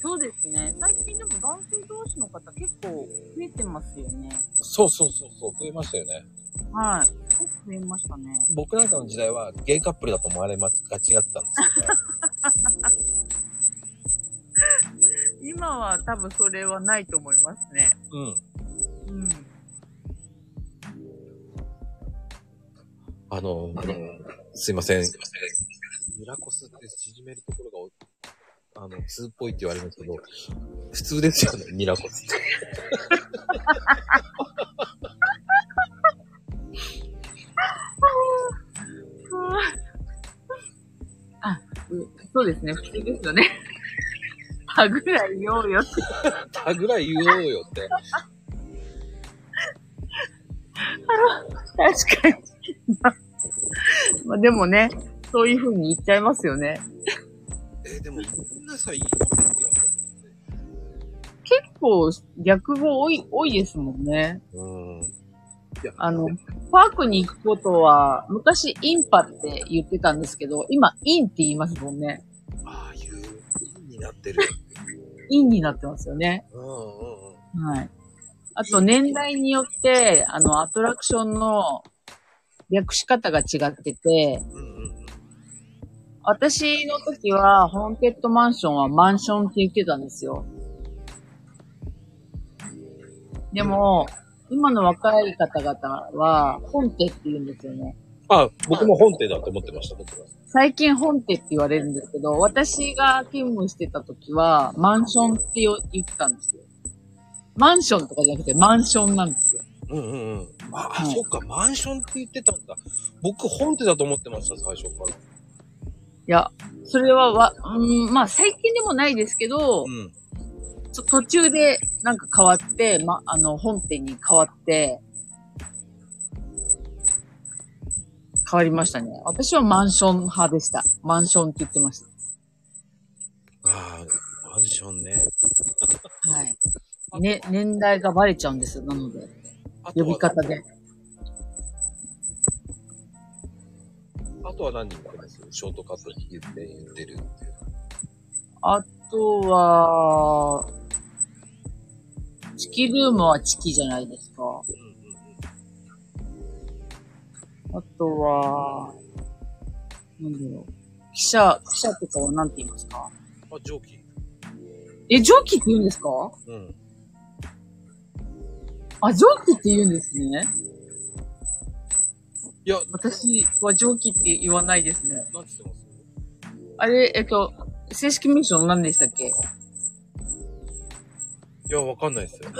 S2: そうですね。最近でも男性同士の方結構増えてますよね。
S1: そうそうそうそう、増えましたよね。
S2: はい。すごく増えましたね。
S1: 僕なんかの時代はゲイカップルだと思われまがちだったんですけど、
S2: 今は多分それはないと思いますね。
S1: うん。
S2: うん。
S1: あの、すいません。ミラコスって縮めるところがお、あの、通っぽいって言われるんですけど、普通ですよね、ミラコス って。
S2: そうですね、普通ですよね。歯ぐらいようよって。
S1: たぐらい言おうよって。
S2: 確かに。まあでもね、そういう風に言っちゃいますよね。
S1: えーでも、みんなさ、いいよ
S2: 結構逆語多い、多いですもんね。
S1: うん。
S2: あの、パークに行くことは、昔インパって言ってたんですけど、今インって言いますもんね。
S1: ああいう、いいになってる。
S2: インになってますよね。
S1: うんうんうん。
S2: はい。あと、年代によって、あの、アトラクションの略し方が違ってて、
S1: うんうんうん。
S2: 私の時は、ホーンテッドマンションはマンションって言ってたんですよ。でも、今の若い方々は、本家って言うんですよね。
S1: あ、僕も本邸だと思ってました、僕は。
S2: 最近本家って言われるんですけど、私が勤務してた時は、マンションってよ言ってたんですよ。マンションとかじゃなくて、マンションなんですよ。
S1: うんうんうん。あ、あ
S2: はい
S1: そっか、マンションって言ってたんだ。僕、本邸だと思ってました、最初から。
S2: いや、それはわ、うん、まあ最近でもないですけど、
S1: うん。
S2: ちょ途中でなんか変わって、ま、あの、本店に変わって、変わりましたね。私はマンション派でした。マンションって言ってまし
S1: ああ、マンションね。
S2: た。はい。ね、年代がバレちゃうんですよ。なので、
S1: あと
S2: 呼
S1: は
S2: び方で。
S1: あとは何人かですショートカットに言って、言ってるっていう。
S2: あとは、チキルームはチキじゃないですか。
S1: うんうんうん。
S2: あとは、なんだろう。記者、記者とかは何て言いますか
S1: あ、蒸気。
S2: え、蒸気って言うんですか
S1: うん。
S2: あ、蒸気って言うんですね。
S1: いや、
S2: 私は蒸気って言わないですね。
S1: なんつってます
S2: あれ、えっと、正式名称何でしたっけ
S1: いや、わかんないですよ。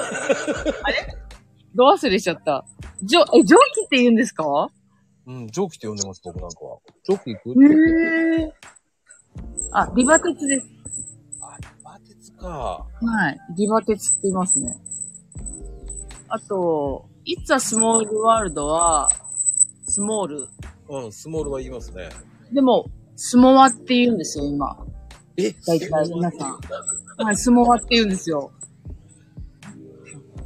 S2: ど忘れしちゃった。じょ、え、蒸気って言うんですか
S1: うん、蒸気って呼んでます、僕なんかは。蒸気行く
S2: へえ。あ、リバ鉄です。
S1: あ、鉄か。
S2: はい。リバ鉄って言いますね。あと、It's a Small World は、スモール。
S1: うん、スモールは言いますね。
S2: でも、スモワって言うんですよ、今。
S1: え
S2: 大体皆さん。はい、スモワって言うんですよ。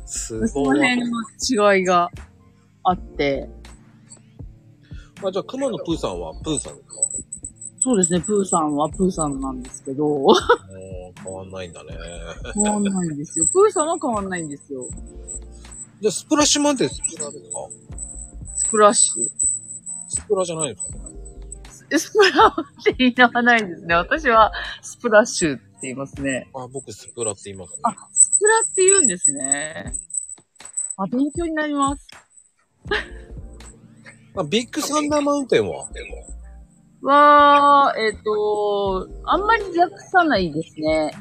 S1: ス
S2: そ
S1: モ
S2: の
S1: ール。
S2: 辺の違いがあって、
S1: あ、じゃあ、熊野プーさんはプーさんです か
S2: そうですね、プーさんはプーさんなんですけど、
S1: もう変わんないんだね。
S2: 変わんないんですよ。プーさんは変わんないんですよ。
S1: じゃあ、スプラッシュマウンテンスプラですか
S2: スプラッシュ。
S1: スプラじゃないですか
S2: えスプラって言いながらないですね。私はスプラッシュって言いますね。
S1: あ、僕スプラって言いますね。
S2: あ、スプラって言うんですね。あ、勉強になります。
S1: あビッグサンダーマウンテンは
S2: わー、えっ、と、あんまり略さないですね。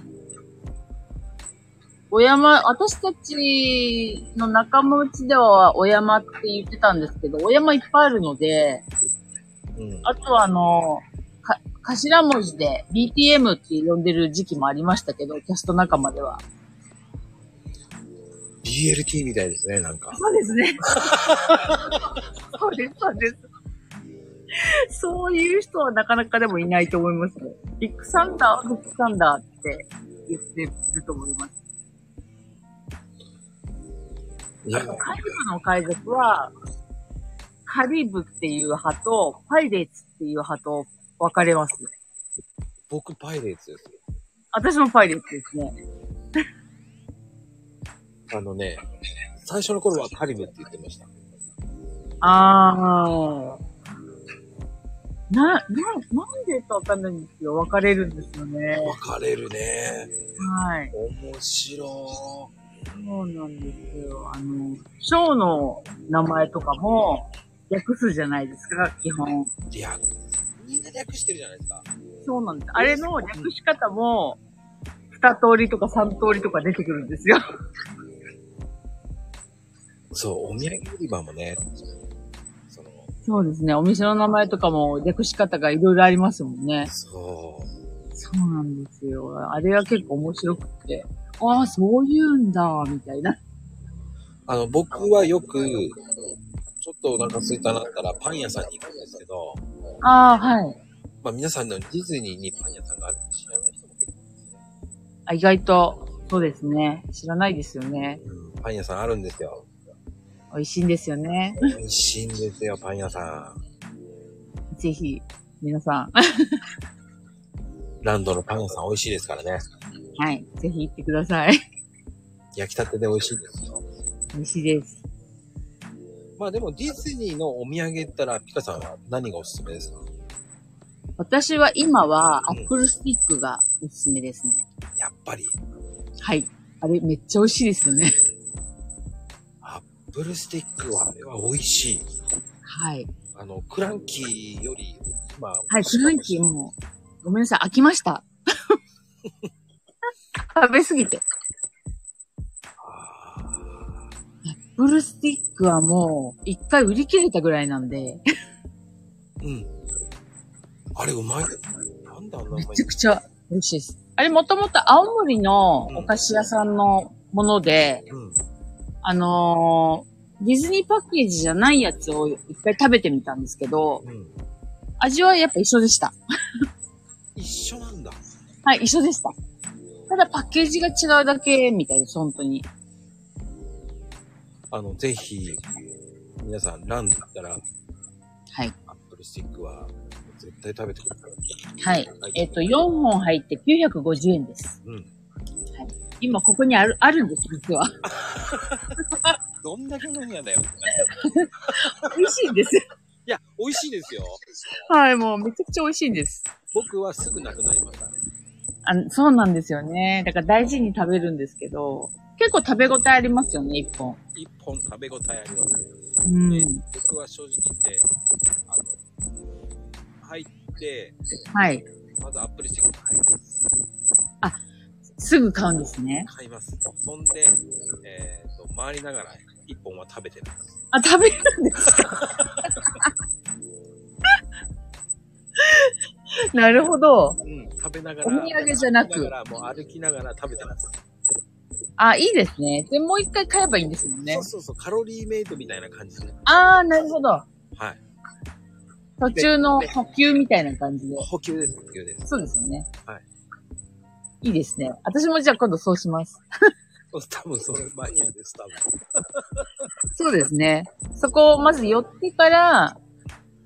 S2: お山、私たちの仲間内ではお山って言ってたんですけど、お山いっぱいあるので、
S1: うん。
S2: あとはあの、か、頭文字で BTM って呼んでる時期もありましたけど、キャスト仲間では。
S1: BLT みたいですね、なんか。
S2: そうですね。そうです、そうです。そういう人はなかなかでもいないと思いますね。ビッグサンダーはビッグサンダーって言ってると思います。
S1: いや、
S2: カリブの海賊は、カリブっていう派と、パイレーツっていう派と分かれますね。
S1: 僕パイレーツですよ。
S2: 私もパイレーツですね。
S1: あのね、最初の頃はカリブって言ってました。
S2: あー。な、な、なんでかわかんないんですよ。分かれるんですよね。
S1: 分かれるね。
S2: はい。
S1: 面白
S2: そうなんですよ。あの、ショーの名前とかも、略すじゃないですか、基本。
S1: い。略、みんな略してるじゃないですか。
S2: そうなんです。あれの略し方も、二通りとか三通りとか出てくるんですよ。
S1: そう、お土産売り場もね、その、
S2: そうですね。お店の名前とかも略し方がいろいろありますもんね。
S1: そう。
S2: そうなんですよ。あれは結構面白くて。ああ、そういうんだ、みたいな。
S1: あの、僕はよく、ちょっとお腹空いたなったらパン屋さんに行くんですけど、
S2: ああ、はい。
S1: まあ皆さんのディズニーにパン屋さんがあるの知らない人も結構いますね。
S2: あ意外と、そうですね。知らないですよね。
S1: うん、パン屋さんあるんですよ。
S2: 美味しいんですよね。
S1: 美味しいんですよ、パン屋さん。
S2: ぜひ、皆さん、
S1: ランドのパン屋さん美味しいですからね。
S2: はい。ぜひ行ってください。
S1: 焼きたてで美味しいですよ。
S2: 美味しいです。
S1: まあでもディズニーのお土産って言ったら、ピカさんは何がおすすめですか
S2: 私は今はアップルスティックがおすすめですね。
S1: やっぱり、
S2: はい。あれめっちゃ美味しいですよね。
S1: ブルースティックは、あれは美味しい。
S2: はい。
S1: あの、クランキーより、今、
S2: はい、四半期もう、ごめんなさい、飽きました。 食べすぎて。
S1: あー
S2: ブルースティックはもう、一回売り切れたぐらいなんで、
S1: うん。あれ、うまい。なんであんなうまい
S2: め
S1: んだ
S2: ちゃくちゃ美味しいです。あれもともと青森のお菓子屋さんのもので、
S1: うん。
S2: あのーディズニーパッケージじゃないやつを一回食べてみたんですけど、
S1: うん。
S2: 味はやっぱ一緒でした。
S1: 一緒なんだ。
S2: はい、一緒でした。ただパッケージが違うだけみたいです、本当に。
S1: あの、ぜひ、皆さん、ランだったら、
S2: はい。
S1: アップルスティックは、絶対食べてください。
S2: はい。えっ、と、4本入って950円です。
S1: うん。
S2: 今ここにある、あるんです、実は。
S1: どんだけうまいんやだよ。
S2: 美味しいんです。
S1: いや、美味しいですよ。
S2: はい、もうめちゃくちゃ美味しいんです。
S1: 僕はすぐなくなりますからね。
S2: あのそうなんですよね。だから大事に食べるんですけど、結構食べ応えありますよね、一本。
S1: 一本食べ応えあります。
S2: うん。
S1: 僕は正直言って、あの、入って、
S2: はい。
S1: まずアップルスティック入ります。
S2: すぐ買うんですね。
S1: 買います。そんで、えっ、と、回りながら一本は食べてる。
S2: あ、食べるんですか なるほど。
S1: うん、食べなが
S2: お
S1: ら。
S2: 土産じゃなく
S1: 食べがらもう歩きながら食べてます。
S2: あ、いいですね。で、もう一回買えばいいんですもんね
S1: そう。そうそう、カロリーメイトみたいな感じで。
S2: あー、なるほど。
S1: はい。
S2: 途中の補給みたいな感じで。
S1: 補給です、補給です。
S2: そうですよね。。
S1: はい
S2: いいですね。私もじゃあ今度そうします。
S1: 多分それマニアです、多分。
S2: そうですね。そこをまず寄ってから、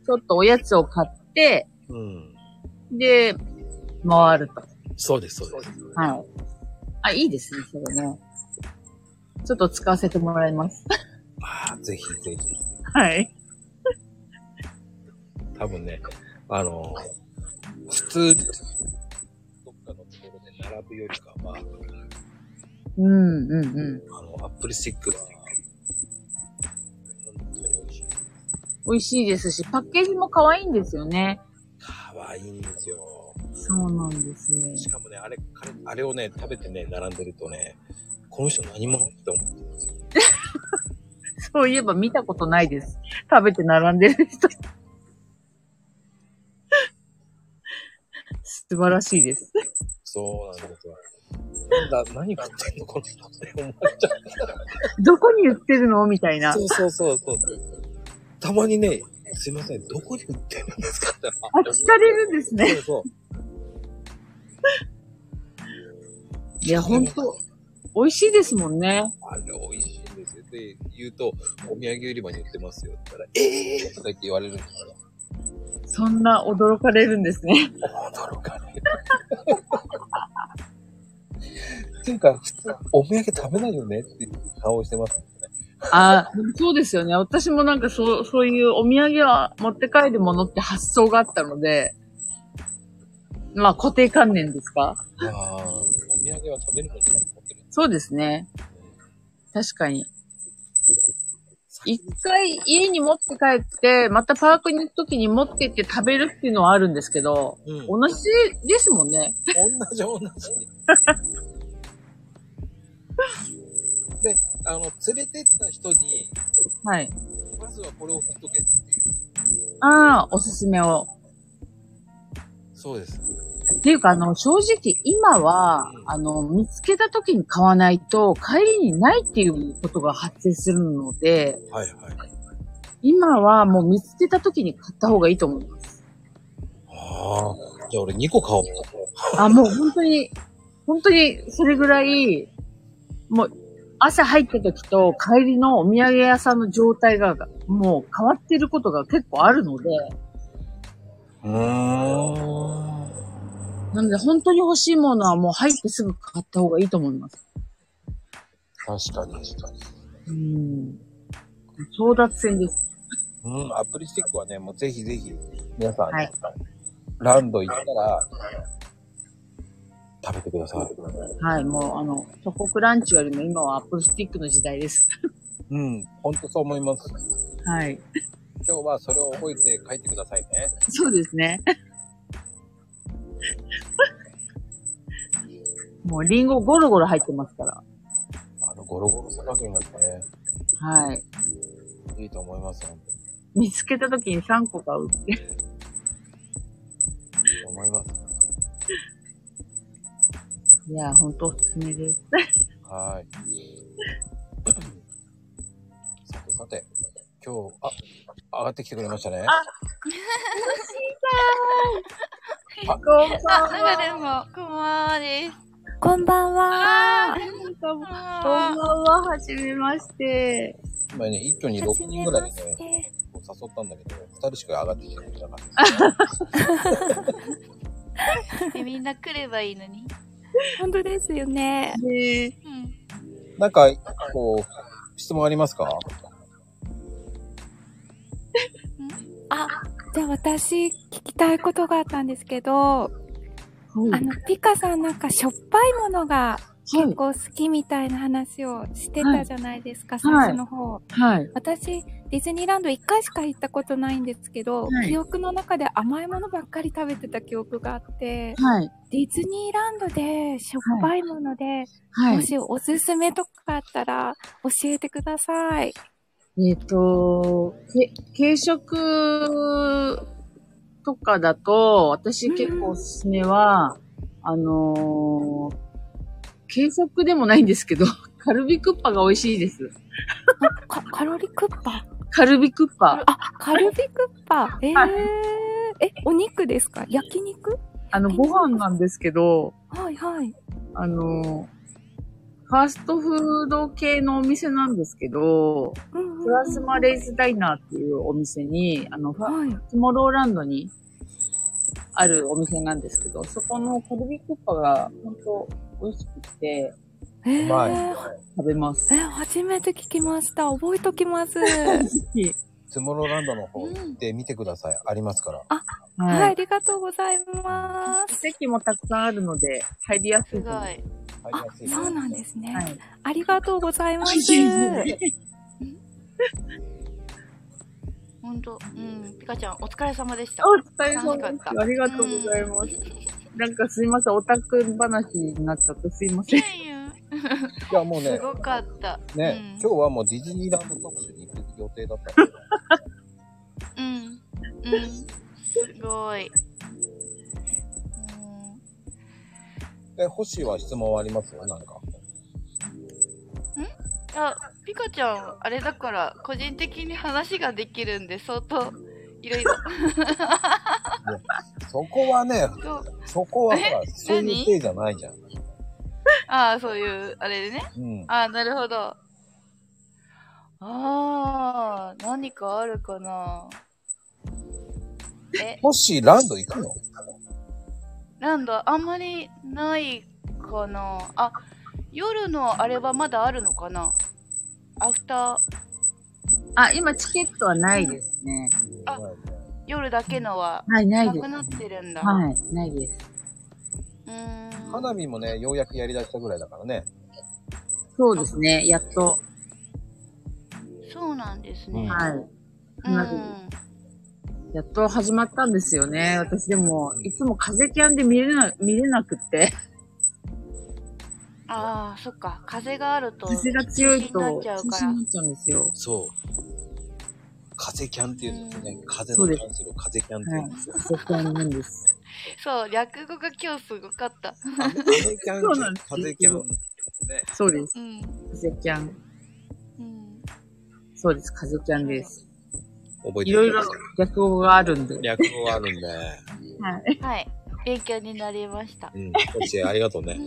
S2: ちょっとおやつを買って、
S1: うん。
S2: で、回ると。
S1: そうです、そうです。
S2: はい。あ、いいですね、それね。ちょっと使わせてもらいます。
S1: ああ、ぜひぜひ。
S2: はい。
S1: 多分ね、あの、普通、どっかのところで並ぶよりかは、
S2: うん、うん、うん。
S1: あの、アップルスティックは、本当に美味しい。
S2: 美味しいですし、パッケージも可愛いんですよね。
S1: 可愛いんですよ。
S2: そうなんですね。
S1: しかもね、あれ、彼あれをね、食べてね、並んでるとね、この人何者って思う。
S2: そういえば見たことないです。食べて並んでる人。 素晴らしいです。
S1: そうなんですよ。なんだ、何食ってんのこの人って思っちゃ
S2: どこに売ってるのみたいな。
S1: う。
S2: あ、
S1: そうそうそうそう。たまにね、すいません、どこに売ってるんですかって。
S2: 聞かれるんですね。
S1: そうそう。
S2: いや、ほんと、美味しいですもんね。
S1: あれ美味しいんですよ。で、言うと、お土産売り場に売ってますよって言ったら、ええーとか言って言われるんですよ。
S2: そんな驚かれるんですね。
S1: 驚か ね。っていうか、普通、お土産食べないよねっていう顔してます、ね。
S2: あそうですよね。私もなんかそう、そういうお土産は持って帰るものって発想があったので、まあ固定観念ですか
S1: ああ、お土産は食べるものだと思ってるんで
S2: そうですね。確かに。一回家に持って帰って、またパークに行くときに持ってって食べるっていうのはあるんですけど、
S1: すよ。うん。
S2: 同じですもんね。
S1: 同じ同 じ。で、あの、連れてった人に、
S2: はい。
S1: まずはこれを振っとけっていう。
S2: ああ、おすすめを。
S1: そうです。
S2: っていうか、あの、正直今は、あの、見つけたときに買わないと、帰りにないっていうことが発生するので、
S1: はいはい。
S2: 今はもう見つけたときに買った方がいいと思います。
S1: ああ、じゃあ俺2個買おう。
S2: あ、もう本当に、本当にそれぐらい、もう朝入った時と帰りのお土産屋さんの状態がもう変わってることが結構あるので、
S1: うーん。
S2: なので本当に欲しいものはもう入ってすぐ買った方がいいと思います。
S1: 確かに確かに。
S2: うん。争奪戦です。
S1: うん、アップルスティックはね、もうぜひぜひ、皆さん、
S2: はい
S1: ランド行ったら、食べてください。
S2: はい、もうあの、チョコクランチよりも今はアップルスティックの時代です。
S1: うん、ほんとそう思います。
S2: はい。
S1: 今日はそれを覚えて帰ってくださいね。
S2: そうですね。 もうリンゴゴロゴロ入ってますから。
S1: あの、ゴロゴロさ加減がね、
S2: はい。
S1: いいと思います、本当に。
S2: 見つけた時に3個買うって。
S1: いいと思います。
S2: いや、ほんとおすすめです。
S1: はーい。 さてさて、今日、あ、上がってきてくれましたね。
S2: こんばん
S3: あ、なんかでも、こんばんはです。
S4: こんばんは。
S3: こん
S2: こ
S3: ばん
S2: んばん
S3: は。
S2: は、はじめまして。
S1: 前ね、一挙に
S4: は
S1: 6
S4: じ
S1: 人
S4: め
S1: ぐらい
S4: ま
S1: で
S4: して
S1: ね、。こう誘ったんだけど、2人しか上がってきてくれなかった。
S3: えみんな来ればいいのに。
S4: 本当ですよね。
S2: で、
S3: うん。
S1: なんか、こう、質問ありますか
S4: じゃあ私、聞きたいことがあったんですけど、あの、ピカさんなんかしょっぱいものが結構好きみたいな話をしてたじゃないですか、最初の方。
S2: はい。
S4: 私、ディズニーランド1回しか行ったことないんですけど、
S2: はい
S4: 記憶の中で甘いものばっかり食べてた記憶があって、
S2: はい。
S4: ディズニーランドでしょっぱいもので、
S2: は
S4: もしおすすめとかあったら教えてください。
S2: い。えっ、と、け軽食とかだと、私結構おすすめは、あのー軽食でもないんですけど、 カルビクッパが美味しいです。
S4: かカロリークッパ
S2: カルビクッパ。
S4: あ、カルビクッパ。えー
S2: はい、
S4: え、お肉ですか焼肉
S2: あの、ご飯なんですけど、
S4: はいはい。
S2: あのーファーストフード系のお店なんですけど、
S4: うんうんうん
S2: プラスマレイズダイナーっていうお店に、あの、ファ
S4: はい。
S2: トゥモローランドにあるお店なんですけど、そこのカルビクッパが本当美味しくて
S4: え
S1: うまい。
S4: ー、
S2: 食べます。
S4: え、初めて聞きました。覚えときます。
S1: トゥモローランドの方
S3: うん
S1: 行って見てください。ありますから。
S4: はい、
S2: は
S4: あ
S2: い。
S4: りがとうございます。
S2: 席もたくさんあるので入りやす
S3: す
S2: い
S3: ご
S2: と思
S3: い。
S1: 入り
S4: あ
S1: やす、い。
S4: そうなんですね。
S2: う。はい。
S4: ありがとうござ います。
S3: ほんと。うん。ピカちゃん、お疲れ様でした。
S2: お疲れ様
S3: 楽
S2: で
S3: しかっ
S2: す。
S3: た
S2: ありがとうございます。なんかすいません、オタク話になっちゃってすいません。
S3: いやい
S1: いや、もう
S3: やす
S1: ね、
S3: ごかった。
S1: ね、
S3: うん
S1: 今日はもうディズニーランド特集に行く予定だったんで、
S3: うん。うん。すごい。うん
S1: え、星は質問ありますよ、なんか。
S3: あ、ピカちゃん、あれだから、個人的に話ができるんで、相当、いろいろ。
S1: そこはね、
S3: そう
S1: そこはほら、そういう
S3: 何
S1: せいじゃないじゃん。
S3: ああ、そういう、あれでね。
S1: うん。
S3: ああ、なるほど。ああ、何かあるかな。え、
S1: 星、ランド行くの
S3: なんだ、あんまりないかな。あ、夜のあれはまだあるのかな。アフター、
S2: あ、今チケットはないですね。
S3: あ夜だけのは、
S2: はい、な
S3: ない
S2: で
S3: く
S2: す。
S3: なってるんだ。
S2: はい、ないです。
S3: うーん。
S1: 花火もね、ようやくやりだしたぐらいだからね。
S2: そうですね、やっと。
S3: そうなんですね。
S2: はい。
S3: うん。
S2: 花火やっと始まったんですよね。私でも、いつも風キャンで見れな、見れなくって。
S3: ああ、そっか。風があると。
S2: 風が強いと、
S3: 中止になっちゃうから
S2: 中止になっちゃうんですよ。
S1: そう。風キャンっていうんですよね。風
S2: そう
S1: の
S2: です
S1: 関する風キャンってい
S2: は
S1: う
S2: い
S1: んですよ。。
S2: 風キャンなんです。
S3: そう、略語が今日すごかった。
S1: 風キャ
S2: そうなん
S1: ン
S2: で、す
S1: 風キャン。ね。
S2: そうです。
S3: うん。
S2: 風キャン。
S3: うん。
S2: そうです。風キャンです。
S1: 覚えて
S2: いろい
S1: る
S2: ろ略語があるんで。
S1: 略語あるんで。
S2: はい。
S3: はい。勉強になりました。
S1: うん。星、ありがとうね。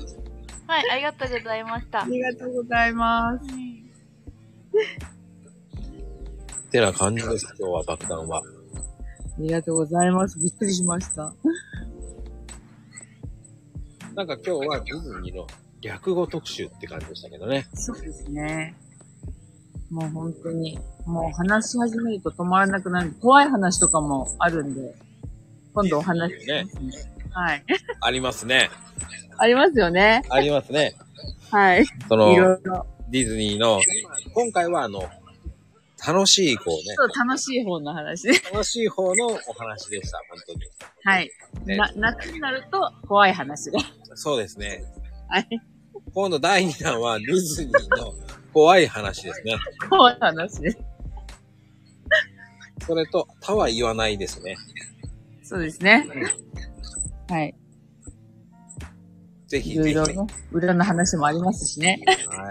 S3: はい、ありがとうございました
S2: あ。りがとうございます。
S3: うん
S1: てな感じです、今日は爆弾は。
S2: ありがとうございます。びっくりしました。
S1: なんか今日はディズニーの略語特集って感じでしたけどね。
S2: そうですね。もう本当に、もう話し始めると止まらなくなる。怖い話とかもあるんで。今度お話し
S1: ね。
S2: はい。
S1: ありますね。
S2: ありますよね。
S1: ありますね。
S2: はい。い
S1: その、
S2: ろいろ。
S1: ディズニーの、今回はあの、楽しいこうね
S2: ちょ、っと楽しい方の話 ね。
S1: 楽しい方のお話でした、本当に。
S2: はい。
S1: ね
S2: な、夏になると怖い話が。
S1: そうですね。
S2: はい。
S1: 今度第2弾はディズニーの怖い話ですね。
S2: 怖い話です。
S1: それと、他は言わないですね。
S2: そうですね。はい。
S1: ぜ
S2: い
S1: ひ
S2: ろ
S1: ぜ
S2: い
S1: ひ。
S2: ろ
S1: はい、
S2: ね、裏の話もありますしね。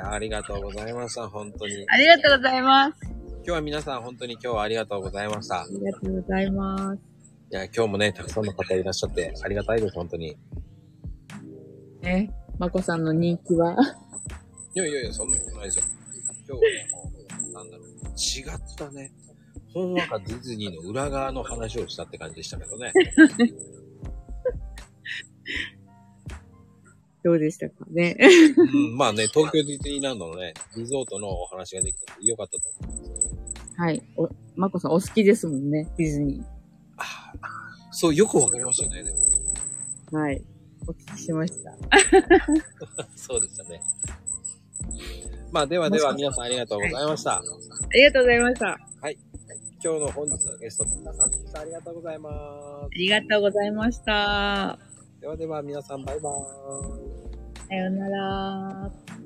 S1: ありがとうございました、本当に。
S2: ありがとうございます。
S1: 今日は皆さん本当に今日はありがとうございました。
S2: ありがとうございます。
S1: いや、今日もね、たくさんの方いらっしゃって、ありがたいです、本当に。い
S2: ね、まこさんの人気は。
S1: やいやいや、そんなことないですよ。今日はね、もう、なんだろう、違ったね、ほんわかディズニーの裏側の話をしたって感じでしたけどね。
S2: どうでしたかね。
S1: うん、まあね、東京ディズニーランドのね、リゾートのお話ができてよかったと思う。
S2: はい。お、まこさんお好きですもんね、ディズニ
S1: ああ、そう、よくわかりましたね、でもね。
S2: ー。はい。お聞きしました。
S1: そうでしたね。まあ、ではでは皆さんありがとうございました。
S2: ありがとうございました。あ
S1: 今日の本日のゲスト、皆さん、ありがとうございます。
S2: りがとうございました。
S1: ではでは皆さん、バイバーイ。
S2: さようなら。